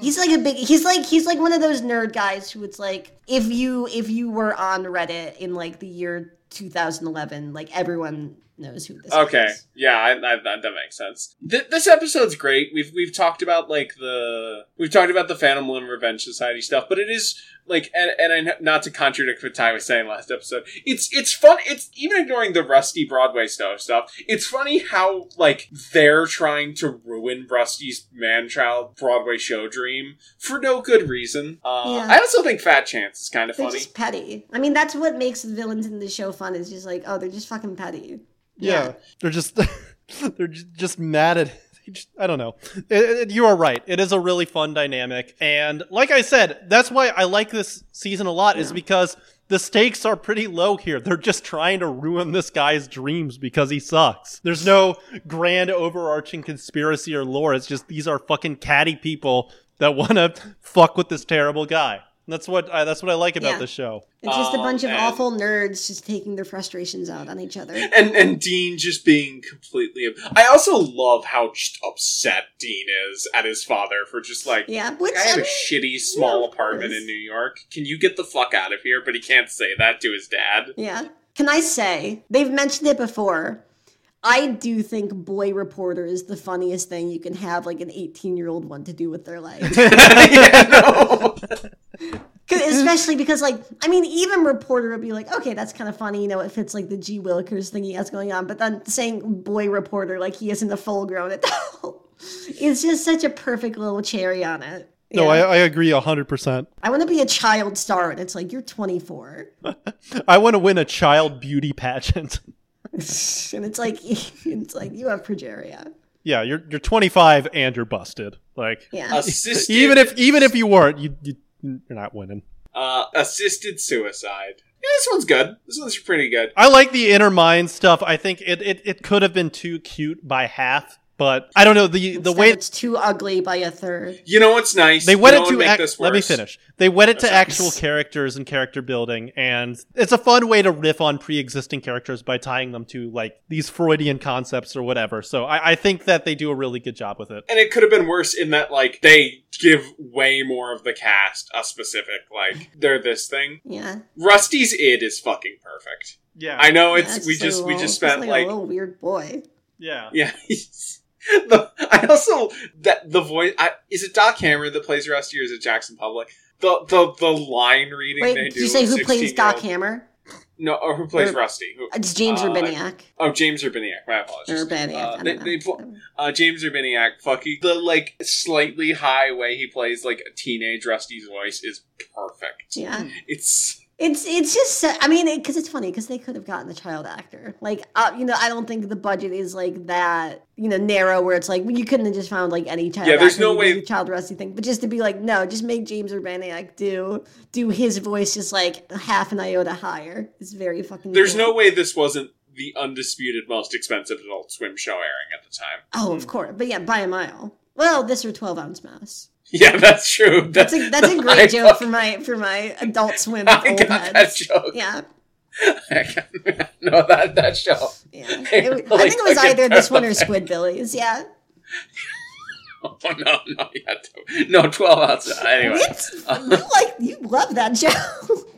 Speaker 4: He's like a big. He's like he's like one of those nerd guys who it's like if you if you were on Reddit in like the year 2011, like everyone knows who this. guy
Speaker 3: Okay,
Speaker 4: is.
Speaker 3: yeah, I, I, that, that makes sense. Th- this episode's great. We've we've talked about like the we've talked about the Phantom Limb Revenge Society stuff, but it is like and and I, kn- not to contradict what Ty was saying last episode, it's it's fun. It's even ignoring the Rusty Broadway stuff stuff. It's funny how like they're trying to ruin Rusty's man child Broadway show dream for no good reason. Uh,
Speaker 4: Yeah.
Speaker 3: I also think Fat Chance is kind of
Speaker 4: They're
Speaker 3: funny.
Speaker 4: just petty. I mean, that's what makes the villains in the show fun. Is just like, oh, they're just fucking petty.
Speaker 2: Yeah. they're just they're ju- just mad at. they just- I don't know. It- it- you are right. It is a really fun dynamic, and like I said, that's why I like this season a lot. Is because The stakes are pretty low here. They're just trying to ruin this guy's dreams because he sucks. There's no grand overarching conspiracy or lore. It's just these are fucking catty people that want to fuck with this terrible guy. And that's what I, that's what I like about
Speaker 4: Yeah.
Speaker 2: this show.
Speaker 4: It's just a
Speaker 3: Oh,
Speaker 4: bunch of
Speaker 3: man.
Speaker 4: awful nerds just taking their frustrations out on each other.
Speaker 3: and and Dean just being completely. I also love how just upset Dean is at his father for just like
Speaker 4: Yeah, which
Speaker 3: I have
Speaker 4: I
Speaker 3: a
Speaker 4: mean,
Speaker 3: shitty small
Speaker 4: yeah, of
Speaker 3: apartment
Speaker 4: course.
Speaker 3: in New York. Can you get the fuck out of here? But he can't say that to his dad.
Speaker 4: Yeah. Can I say, they've mentioned it before. I do think Boy Reporter is the funniest thing you can have like an 18 year old want to do with their life.
Speaker 3: yeah, no.
Speaker 4: 'Cause- Especially because, like, I mean, even Reporter would be like, okay, that's kind of funny. You know, it fits like the G. Willikers thing he has going on. But then saying Boy Reporter like he isn't a full grown adult is just such a perfect little cherry on it.
Speaker 2: No, I,
Speaker 4: Yeah.
Speaker 2: I agree 100%.
Speaker 4: I want to be a child star, and it's like, you're 24.
Speaker 2: I want to win a child beauty pageant.
Speaker 4: and it's like it's like you have progeria.
Speaker 2: yeah, you're you're 25 and you're busted. Like
Speaker 3: Uh,
Speaker 4: Yeah.
Speaker 3: assisted,
Speaker 2: even if even if you weren't, you, you you're not winning.
Speaker 3: uh, assisted suicide. Yeah, this one's good. This one's pretty good.
Speaker 2: I like the inner mind stuff. I think it, it, it could have been too cute by half, but I don't know the the
Speaker 4: Instead,
Speaker 2: way
Speaker 4: it's too ugly by a third.
Speaker 3: You know what's nice?
Speaker 2: they
Speaker 3: You
Speaker 2: went
Speaker 3: know
Speaker 2: it
Speaker 3: what
Speaker 2: to
Speaker 3: would make
Speaker 2: ac-
Speaker 3: this
Speaker 2: let me
Speaker 3: worse?
Speaker 2: finish. They went it to
Speaker 3: sorry.
Speaker 2: actual characters and character building, and it's a fun way to riff on pre-existing characters by tying them to like these Freudian concepts or whatever. So I, I think that they do a really good job with it.
Speaker 3: And it could have been worse in that, like, they give way more of the cast a specific, like, they're this thing.
Speaker 4: Yeah.
Speaker 3: Rusty's id is fucking perfect.
Speaker 2: Yeah,
Speaker 3: I know
Speaker 4: Yeah,
Speaker 3: Oh, it's we
Speaker 4: so
Speaker 3: just we
Speaker 4: little-
Speaker 3: just
Speaker 4: it's
Speaker 3: spent
Speaker 4: like,
Speaker 3: like
Speaker 4: a little weird boy.
Speaker 2: yeah.
Speaker 3: yeah. he's- the, I also that the voice I, is it Doc Cameron that plays Rusty or is it Jackson Public? The the the line reading
Speaker 4: Wait,
Speaker 3: they
Speaker 4: did
Speaker 3: do.
Speaker 4: you say
Speaker 3: of
Speaker 4: who plays Doc
Speaker 3: 16-year-old
Speaker 4: Hammer?
Speaker 3: No, or who plays
Speaker 4: Or-
Speaker 3: Rusty? Who,
Speaker 4: It's James
Speaker 3: Uh,
Speaker 4: Urbaniak.
Speaker 3: oh, James Urbaniak. My apologies.
Speaker 4: Urbaniak.
Speaker 3: uh, they-
Speaker 4: I don't know.
Speaker 3: they pl- uh, James Urbaniak, fucking the like slightly high way he plays like a teenage Rusty's voice is perfect.
Speaker 4: yeah.
Speaker 3: It's
Speaker 4: It's it's just so- I mean because it's funny because they could have gotten a child actor like uh, you know I don't think the budget is like that you know narrow where it's like you couldn't have just found like any child
Speaker 3: Yeah, there's
Speaker 4: actor
Speaker 3: no
Speaker 4: to
Speaker 3: way-
Speaker 4: do the child rusty thing but just to be like no just make James Urbaniak do do his voice just like half an iota higher it's very fucking
Speaker 3: there's
Speaker 4: cool.
Speaker 3: no way this wasn't the undisputed most expensive Adult Swim show airing at the time.
Speaker 4: oh of course but yeah by a mile well this or twelve ounce mouse
Speaker 3: Yeah, that's true.
Speaker 4: that's a that's a
Speaker 3: I
Speaker 4: great joke
Speaker 3: got-
Speaker 4: for my for my Adult Swim
Speaker 3: I
Speaker 4: old
Speaker 3: got that
Speaker 4: heads
Speaker 3: joke.
Speaker 4: yeah.
Speaker 3: no, that that show.
Speaker 4: Yeah, It-
Speaker 3: They
Speaker 4: I
Speaker 3: really
Speaker 4: think it was
Speaker 3: took it
Speaker 4: either this one or
Speaker 3: down.
Speaker 4: Squidbillies. Yeah,
Speaker 3: Oh no, no, yeah, no, twelve outside. Anyway,
Speaker 4: It's- you like you love that joke.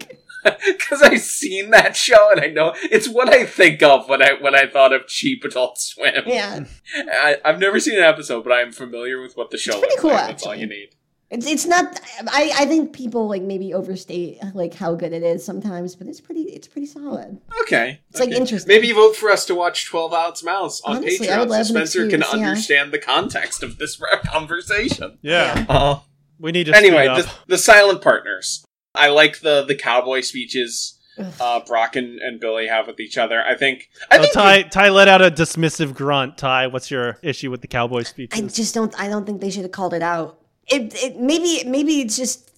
Speaker 3: because I've seen that show and I know it's what I think of when I when I thought of cheap Adult Swim.
Speaker 4: yeah,
Speaker 3: I, I've never seen an episode, but I'm familiar with what the show.
Speaker 4: pretty
Speaker 3: is.
Speaker 4: cool,
Speaker 3: Like, That's all you
Speaker 4: actually.
Speaker 3: need.
Speaker 4: it's it's not. I I think people like maybe overstate like how good it is sometimes, but it's pretty it's pretty solid.
Speaker 3: Okay,
Speaker 4: It's, like,
Speaker 3: okay.
Speaker 4: interesting.
Speaker 3: Maybe vote for us to watch Twelve Ounce Mouse on
Speaker 4: Honestly, I would
Speaker 3: Patreon, so
Speaker 4: love an
Speaker 3: Spencer can
Speaker 4: excuse, yeah.
Speaker 3: understand the context of this conversation.
Speaker 2: Yeah.
Speaker 3: Uh,
Speaker 2: we need to.
Speaker 3: anyway,
Speaker 2: speed up.
Speaker 3: the, the silent partners. I like the the cowboy speeches
Speaker 4: Ugh.
Speaker 3: uh, Brock and, and Billy have with each other. I think I
Speaker 2: Oh,
Speaker 3: think
Speaker 2: Ty, Ty let out a dismissive grunt. Ty, what's your issue with the cowboy speech?
Speaker 4: I just don't. I don't think they should have called it out. It it maybe maybe it's just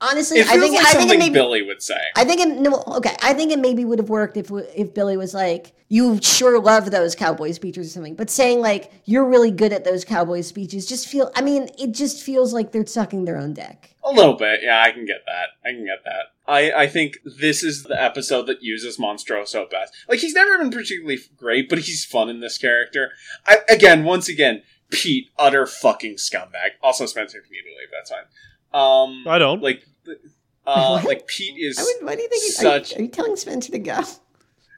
Speaker 4: honestly.
Speaker 3: it feels
Speaker 4: I think
Speaker 3: like
Speaker 4: I think
Speaker 3: something
Speaker 4: it maybe.
Speaker 3: Billy would say.
Speaker 4: I think it no okay. I think it maybe would have worked if if Billy was like, "You sure love those cowboy speeches or something," but saying like, "You're really good at those cowboy speeches," just feel. I mean, it just feels like they're sucking their own dick.
Speaker 3: A little bit, yeah, I can get that. I can get that. I, I think this is the episode that uses Monstroso best. Like, he's never been particularly great, but he's fun in this character. I, again, once again, Pete, utter fucking scumbag. Also, Spencer, can you believe that's fine? Um,
Speaker 2: I don't.
Speaker 3: Like, uh,
Speaker 4: What?
Speaker 3: like Pete is.
Speaker 4: I would, why do you think? He's,
Speaker 3: Such-
Speaker 4: Are, you, are you telling Spencer to go?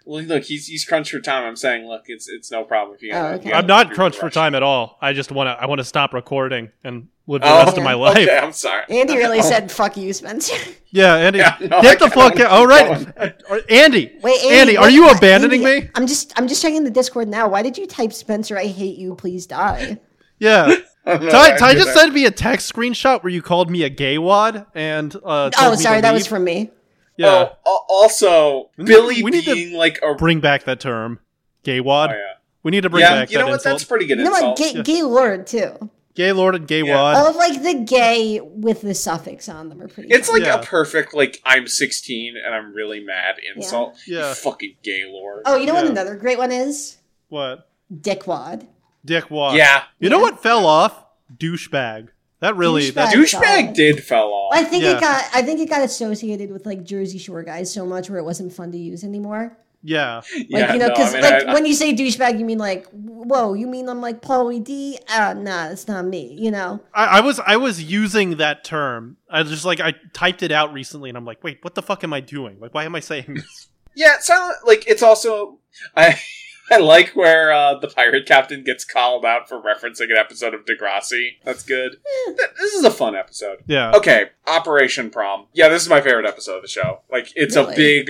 Speaker 3: Well, look, he's he's crunched for time. I'm saying, look, it's it's no problem if you.
Speaker 4: Oh,
Speaker 3: you
Speaker 4: okay.
Speaker 2: I'm not
Speaker 3: you're
Speaker 2: crunched for
Speaker 3: rushed.
Speaker 2: time at all. I just want to. I want to stop recording and live the
Speaker 3: Oh,
Speaker 2: rest of my life.
Speaker 3: Okay, I'm sorry.
Speaker 4: Andy
Speaker 2: Oh.
Speaker 4: really said, "Fuck you, Spencer."
Speaker 2: Yeah, Andy,
Speaker 3: Yeah, no,
Speaker 2: get
Speaker 3: I
Speaker 2: the fuck
Speaker 3: gotta
Speaker 2: out. All right,
Speaker 3: keep
Speaker 2: Uh, Andy.
Speaker 4: Wait,
Speaker 2: Andy,
Speaker 4: Andy,
Speaker 2: are
Speaker 4: what-
Speaker 2: you abandoning
Speaker 4: Andy,
Speaker 2: me?
Speaker 4: I'm just I'm just checking the Discord now. Why did you type Spencer? I hate you. Please die.
Speaker 2: Yeah.
Speaker 3: I'm not
Speaker 2: Ty,
Speaker 3: mad
Speaker 2: Ty
Speaker 3: at
Speaker 2: just
Speaker 3: that.
Speaker 2: sent me a text screenshot where you called me a gay wad and. Uh, told
Speaker 4: Oh,
Speaker 2: me to
Speaker 4: sorry, that was
Speaker 2: leave.
Speaker 4: from me.
Speaker 2: Yeah.
Speaker 3: Oh, al- also,
Speaker 2: We need-
Speaker 3: Billy
Speaker 2: we need to-
Speaker 3: being like a.
Speaker 2: Bring back that term, gay wad.
Speaker 3: Oh, yeah.
Speaker 2: We need to bring
Speaker 3: yeah,
Speaker 2: back
Speaker 3: you know
Speaker 2: that
Speaker 3: what?
Speaker 2: insult.
Speaker 3: That's pretty good
Speaker 4: No,
Speaker 3: insult.
Speaker 4: gay, gay lord too.
Speaker 2: Gaylord and Gaywad.
Speaker 4: All of like the gay with the suffix on them are pretty.
Speaker 3: It's like
Speaker 2: Yeah.
Speaker 3: a perfect like I'm 16 and I'm really mad insult.
Speaker 2: Yeah. Yeah.
Speaker 3: You fucking Gaylord.
Speaker 4: Oh, you know what
Speaker 2: Yeah.
Speaker 4: another great one is?
Speaker 2: What?
Speaker 4: Dickwad.
Speaker 2: Dickwad.
Speaker 3: yeah,
Speaker 2: You know what fell off? Douchebag. That really. That,
Speaker 4: Douchebag.
Speaker 3: douchebag
Speaker 4: God.
Speaker 3: did fell off.
Speaker 4: I think
Speaker 2: Yeah.
Speaker 4: it got I think it got associated with like Jersey Shore guys so much where it wasn't fun to use anymore.
Speaker 2: yeah.
Speaker 4: Like
Speaker 3: yeah,
Speaker 4: you know,
Speaker 3: no,
Speaker 4: because
Speaker 3: I mean,
Speaker 4: like
Speaker 3: I-
Speaker 4: when you say douchebag, you mean like whoa, you mean I'm like Paulie D? Ah, nah, that's not me. You know,
Speaker 2: I, I was I was using that term. I just like I typed it out recently, and I'm like, wait, what the fuck am I doing? Like, why am I saying this?
Speaker 3: Yeah, it's not like it's also I I like where uh, the pirate captain gets called out for referencing an episode of Degrassi. That's good. Th- This is a fun episode.
Speaker 2: Yeah.
Speaker 3: Okay, Operation Prom. Yeah, this is my favorite episode of the show. Like it's
Speaker 4: Really?
Speaker 3: a big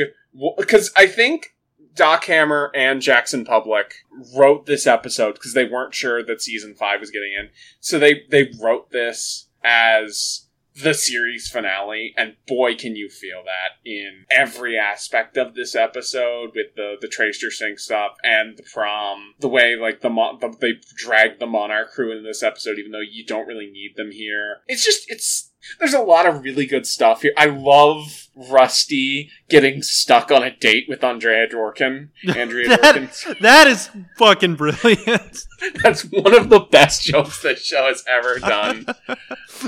Speaker 3: because I think Doc Hammer and Jackson Public wrote this episode because they weren't sure that season five was getting in, so they they wrote this as the series finale and boy can you feel that in every aspect of this episode with the the tracer sync stuff and the prom the way like the, mon- the they drag the monarch crew in this episode even though you don't really need them here it's just it's there's a lot of really good stuff here i love rusty getting stuck on a date with andrea dworkin andrea dworkin
Speaker 2: That, that is fucking brilliant.
Speaker 3: that's one of the best jokes that show has ever done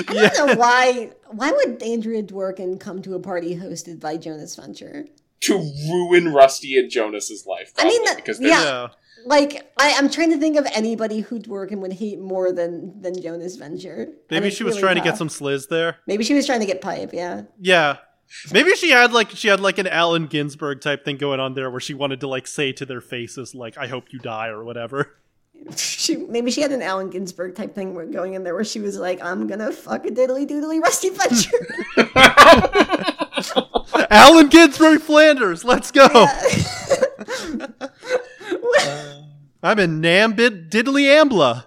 Speaker 4: I don't know why. Why would Andrea Dworkin come to a party hosted by Jonas Venture?
Speaker 3: to ruin Rusty and Jonas's life.
Speaker 4: I mean,
Speaker 3: probably,
Speaker 4: that-
Speaker 3: because
Speaker 4: yeah.
Speaker 3: there's-
Speaker 2: Yeah.
Speaker 4: Like I, I'm trying to think of anybody who Dworkin would hate more than than Jonas Venture. And
Speaker 2: Maybe
Speaker 4: it's
Speaker 2: she was
Speaker 4: really
Speaker 2: trying to get
Speaker 4: tough.
Speaker 2: some sliz there.
Speaker 4: Maybe she was trying to get pipe. Yeah.
Speaker 2: Yeah. Maybe she had like she had like an Allen Ginsberg type thing going on there where she wanted to like say to their faces like I hope you die or whatever.
Speaker 4: she maybe she had an Allen Ginsberg type thing where- going in there where she was like, "I'm gonna fuck a diddly doodly rusty puncher."
Speaker 2: Allen Ginsberg Flanders, let's go. I'm in Nambit Diddly Ambla.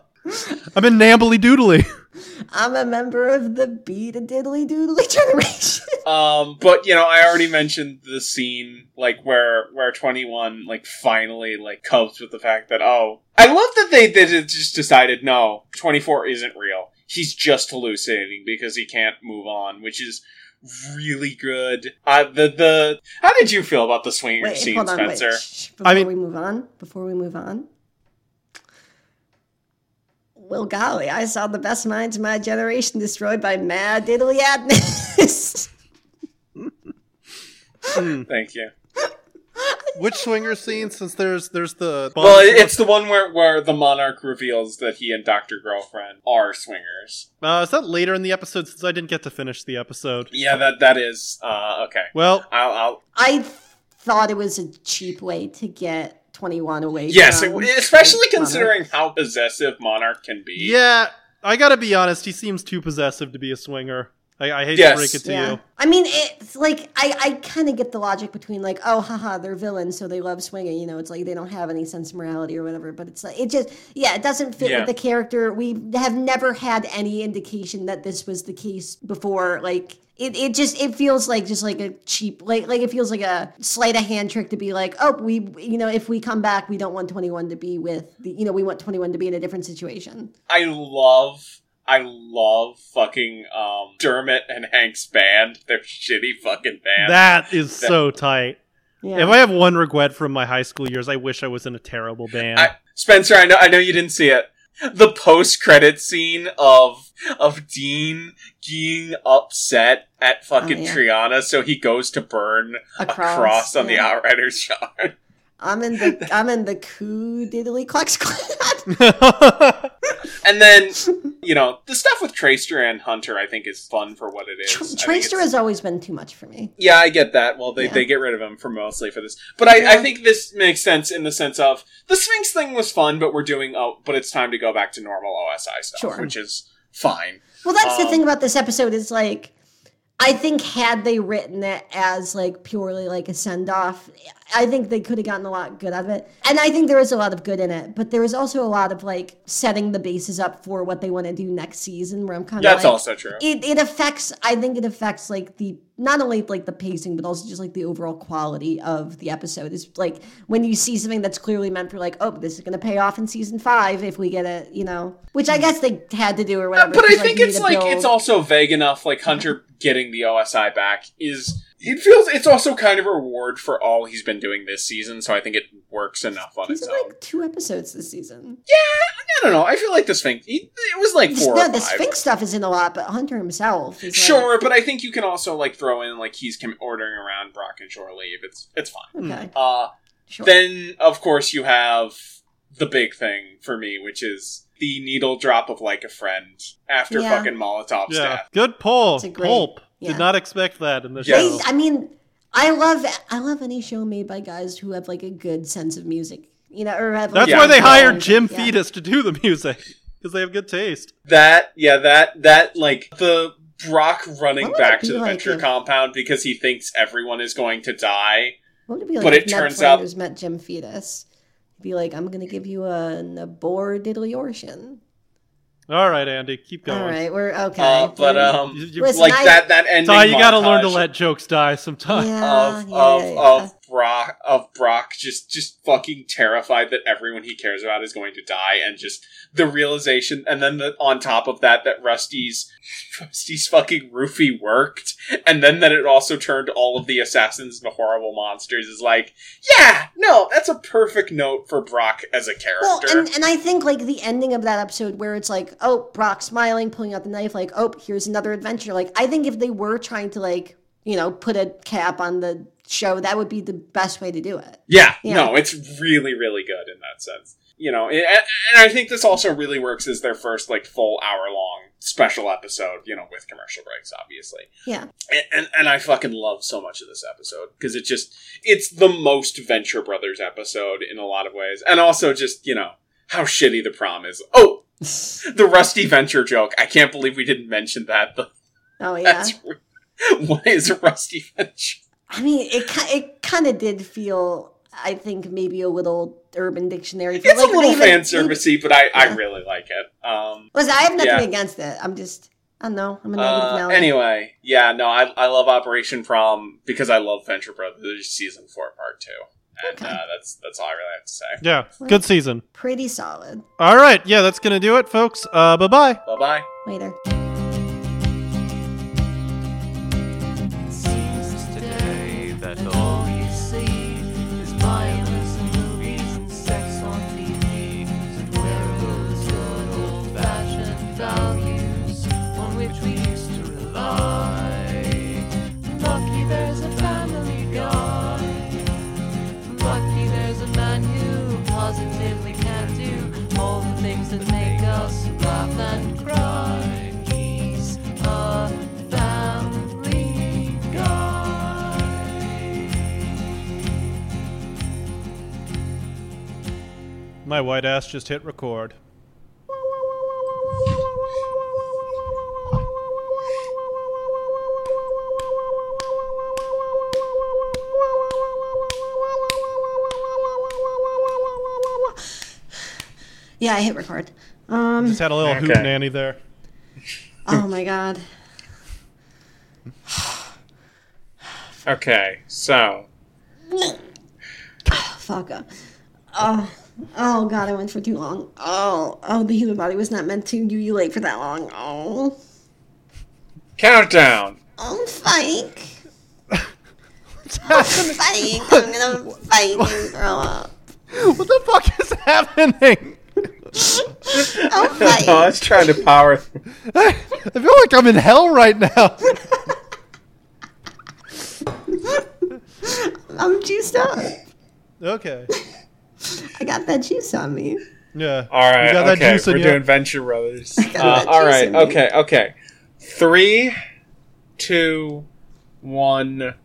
Speaker 2: I'm in Nambly Doodly.
Speaker 4: I'm a member of the be the diddly doodly generation.
Speaker 3: um, but you know, I already mentioned the scene like where where twenty one like finally like copes with the fact that oh, I love that they they did- just decided no, twenty four isn't real. He's just hallucinating because he can't move on, which is really good. Uh, the the how did you feel about the swinger
Speaker 4: wait,
Speaker 3: scene,
Speaker 4: hold on,
Speaker 3: Spencer?
Speaker 4: wait. Shh, Before
Speaker 2: I mean-
Speaker 4: we move on, before we move on. Well, golly, I saw the best minds of my generation destroyed by mad diddly adness.
Speaker 3: Thank you.
Speaker 2: Which swinger scene? Since there's there's the
Speaker 3: Well, it's the one where where the monarch reveals that he and Doctor Girlfriend are swingers.
Speaker 2: uh, is that later in the episode? Since I didn't get to finish the episode.
Speaker 3: Yeah, that that is uh, okay.
Speaker 2: Well,
Speaker 3: I'll, I'll
Speaker 4: I thought it was a cheap way to get 21 away.
Speaker 3: yes,
Speaker 4: from
Speaker 3: it- especially
Speaker 4: um, Monarch.
Speaker 3: considering how possessive Monarch can be.
Speaker 2: yeah, I gotta be honest. He seems too possessive to be a swinger. I, I hate
Speaker 3: Yes.
Speaker 2: to break it to you.
Speaker 4: I mean, it's like I, I kind of get the logic between like, oh, haha, they're villains, so they love swinging. You know, it's like they don't have any sense of morality or whatever. But it's like it just, yeah, it doesn't fit
Speaker 3: Yeah.
Speaker 4: with the character. We have never had any indication that this was the case before. Like it, it just it feels like just like a cheap like like it feels like a sleight of hand trick to be like, oh, we you know if we come back, we don't want twenty one to be with the, you know we want twenty one to be in a different situation.
Speaker 3: I love. I love fucking um, Dermot and Hank's band. They're shitty fucking band.
Speaker 2: That is so tight.
Speaker 4: Yeah.
Speaker 2: If I have one regret from my high school years, I wish I was in a terrible band.
Speaker 3: I, Spencer, I know, I know you didn't see it. The post-credit scene of of Dean being upset at fucking
Speaker 4: Oh, yeah.
Speaker 3: Triana, so he goes to burn a
Speaker 4: Across,
Speaker 3: cross on the
Speaker 4: yeah.
Speaker 3: Outrider's yard.
Speaker 4: I'm in the I'm in the coup diddly clucks club.
Speaker 3: And then, you know, the stuff with Tracer and Hunter, I think, is fun for what it is. I think
Speaker 4: Tracer
Speaker 3: it's-
Speaker 4: has always been too much for me.
Speaker 3: Yeah, I get that. Well, they,
Speaker 4: Yeah.
Speaker 3: they get rid of him for mostly for this, but I, I think this makes sense in the sense of the Sphinx thing was fun, but we're doing oh, but it's time to go back to normal OSI stuff,
Speaker 4: Sure.
Speaker 3: which is fine.
Speaker 4: Well, that's the
Speaker 3: Um,
Speaker 4: thing about this episode is like, I think had they written it as like purely like a send off, I think they could have gotten a lot good out of it. And I think there is a lot of good in it, but there is also a lot of like setting the bases up for what they want to do next season. Where I'm kind of
Speaker 3: That's
Speaker 4: like,
Speaker 3: also true.
Speaker 4: it, it affects i think it affects like the not only like the pacing, but also just like the overall quality of the episode is like when you see something that's clearly meant for like, oh, this is going to pay off in season five if we get a, you know, which I guess they had to do or whatever.
Speaker 3: Hmm. but I
Speaker 4: 'cause,
Speaker 3: think
Speaker 4: you
Speaker 3: it's
Speaker 4: need to
Speaker 3: like
Speaker 4: build-
Speaker 3: it's also vague enough. Like Hunter getting the OSI back is it feels it's also kind of a reward for all he's been doing this season. So I think it works enough on
Speaker 4: These
Speaker 3: its
Speaker 4: are
Speaker 3: own.
Speaker 4: like two episodes this season.
Speaker 3: I don't know. I feel like the Sphinx. It it was like
Speaker 4: This-
Speaker 3: four.
Speaker 4: no,
Speaker 3: or
Speaker 4: the
Speaker 3: five.
Speaker 4: Sphinx stuff is in a lot, but Hunter himself is like,
Speaker 3: Sure, but I think you can also like throw in like he's com- ordering around Brock and Shore leave. It's it's fine.
Speaker 4: okay,
Speaker 3: Uh,
Speaker 4: sure.
Speaker 3: then of course you have the big thing for me, which is the needle drop of like a friend after
Speaker 4: Yeah.
Speaker 3: fucking Molotov's
Speaker 2: Yeah.
Speaker 3: death.
Speaker 2: Good pull.
Speaker 4: It's a great-
Speaker 2: Pulp.
Speaker 4: yeah.
Speaker 2: Did not expect that in the
Speaker 3: Yeah.
Speaker 2: show.
Speaker 4: They, I mean, I love I love any show made by guys who have like a good sense of music, you know, or have.
Speaker 2: That's
Speaker 3: Yeah.
Speaker 2: why they hired
Speaker 4: Yeah.
Speaker 2: Jim
Speaker 4: Yeah.
Speaker 2: Fetus to do the music because they have good taste.
Speaker 3: That yeah, that that like the Brock running
Speaker 4: What would
Speaker 3: back to
Speaker 4: it be
Speaker 3: the
Speaker 4: like
Speaker 3: Venture
Speaker 4: if-
Speaker 3: compound because he thinks everyone is going to die.
Speaker 4: What would it be like
Speaker 3: But
Speaker 4: if
Speaker 3: it
Speaker 4: Ned
Speaker 3: turns out-
Speaker 4: Flanders met Jim Fetus? Be like, I'm gonna give you an abordiddlyortion.
Speaker 2: All right, Andy, keep going.
Speaker 4: All right, we're okay.
Speaker 3: Uh, but
Speaker 4: We're-
Speaker 3: um,
Speaker 2: You- you-
Speaker 4: Listen,
Speaker 3: like
Speaker 4: I-
Speaker 3: that that ending.
Speaker 2: Ty, you got to learn to
Speaker 3: montage
Speaker 2: let jokes die sometimes.
Speaker 4: yeah,
Speaker 3: of
Speaker 4: yeah,
Speaker 3: of
Speaker 4: yeah, yeah.
Speaker 3: of Brock of Brock just just fucking terrified that everyone he cares about is going to die, and just the realization, and then the, on top of that, that Rusty's Rusty's fucking roofie worked, and then that it also turned all of the assassins into horrible monsters is like, yeah, no, that's a perfect note for Brock as a
Speaker 4: Well,
Speaker 3: character.
Speaker 4: and, and I think like the ending of that episode where it's like, oh, Brock smiling, pulling out the knife, like, oh, here's another adventure. Like, I think if they were trying to like, you know, put a cap on the show, that would be the best way to do it.
Speaker 3: Yeah,
Speaker 4: Yeah.
Speaker 3: no, it's really, really good in that sense. You know, and, and I think this also really works as their first like full hour long special episode. You know, with commercial breaks, obviously.
Speaker 4: Yeah.
Speaker 3: And and, and I fucking love so much of this episode because it just it's the most Venture Brothers episode in a lot of ways, and also just you know how shitty the prom is. Oh, the Rusty Venture joke! I can't believe we didn't mention that.
Speaker 4: Oh yeah.
Speaker 3: That's what is a Rusty Venture?
Speaker 4: I mean, it ki- it kind of did feel, I think, maybe a little Urban Dictionary.
Speaker 3: It's
Speaker 4: Like,
Speaker 3: a little
Speaker 4: they even-
Speaker 3: fan servicey, but I I
Speaker 4: Yeah.
Speaker 3: really like it. Um.
Speaker 4: Listen, I have nothing
Speaker 3: Yeah.
Speaker 4: against it. I'm just, I don't know. I'm a negative
Speaker 3: Uh,
Speaker 4: now.
Speaker 3: anyway, yeah, no, I, I love Operation Prom because I love Venture Brothers season four, part two, and
Speaker 4: Okay.
Speaker 3: uh, that's that's all I really have to say.
Speaker 2: Yeah, good season.
Speaker 4: Pretty solid.
Speaker 2: All right, yeah, that's gonna do it, folks. Uh, bye bye.
Speaker 3: Bye bye.
Speaker 4: Later.
Speaker 1: seems today that all you see is violence in movies and sex on TV. And where are those good old fashioned values on which we used to rely? Lucky there's a family guy. Lucky there's a man who positively can do all the things that make us laugh and cry. He's a family guy.
Speaker 2: My white ass just hit record.
Speaker 4: Yeah, I hit record. Um.
Speaker 2: Just had a little hoot nanny there.
Speaker 3: Hmm.
Speaker 4: oh my god.
Speaker 3: Okay, so
Speaker 4: Fuck. uh, Oh. Oh god, I went for too long. Oh. Oh, the human body was not meant to ululate for that long. Oh.
Speaker 3: countdown.
Speaker 4: I'm fake. I'm fake. I'm gonna fight and grow up.
Speaker 2: What the fuck is happening?
Speaker 4: I'm fake.
Speaker 3: Oh, was trying to power.
Speaker 2: I feel like I'm in hell right now.
Speaker 4: I'm juiced up.
Speaker 2: Okay.
Speaker 4: I got that juice on me.
Speaker 2: Yeah.
Speaker 3: All right,
Speaker 2: You got that
Speaker 3: okay,
Speaker 2: juice in
Speaker 3: we're
Speaker 2: you?
Speaker 3: doing Venture Brothers.
Speaker 4: got
Speaker 3: Uh,
Speaker 4: that
Speaker 3: all
Speaker 4: juice
Speaker 3: right,
Speaker 4: in me.
Speaker 3: okay, okay. Three, two, one,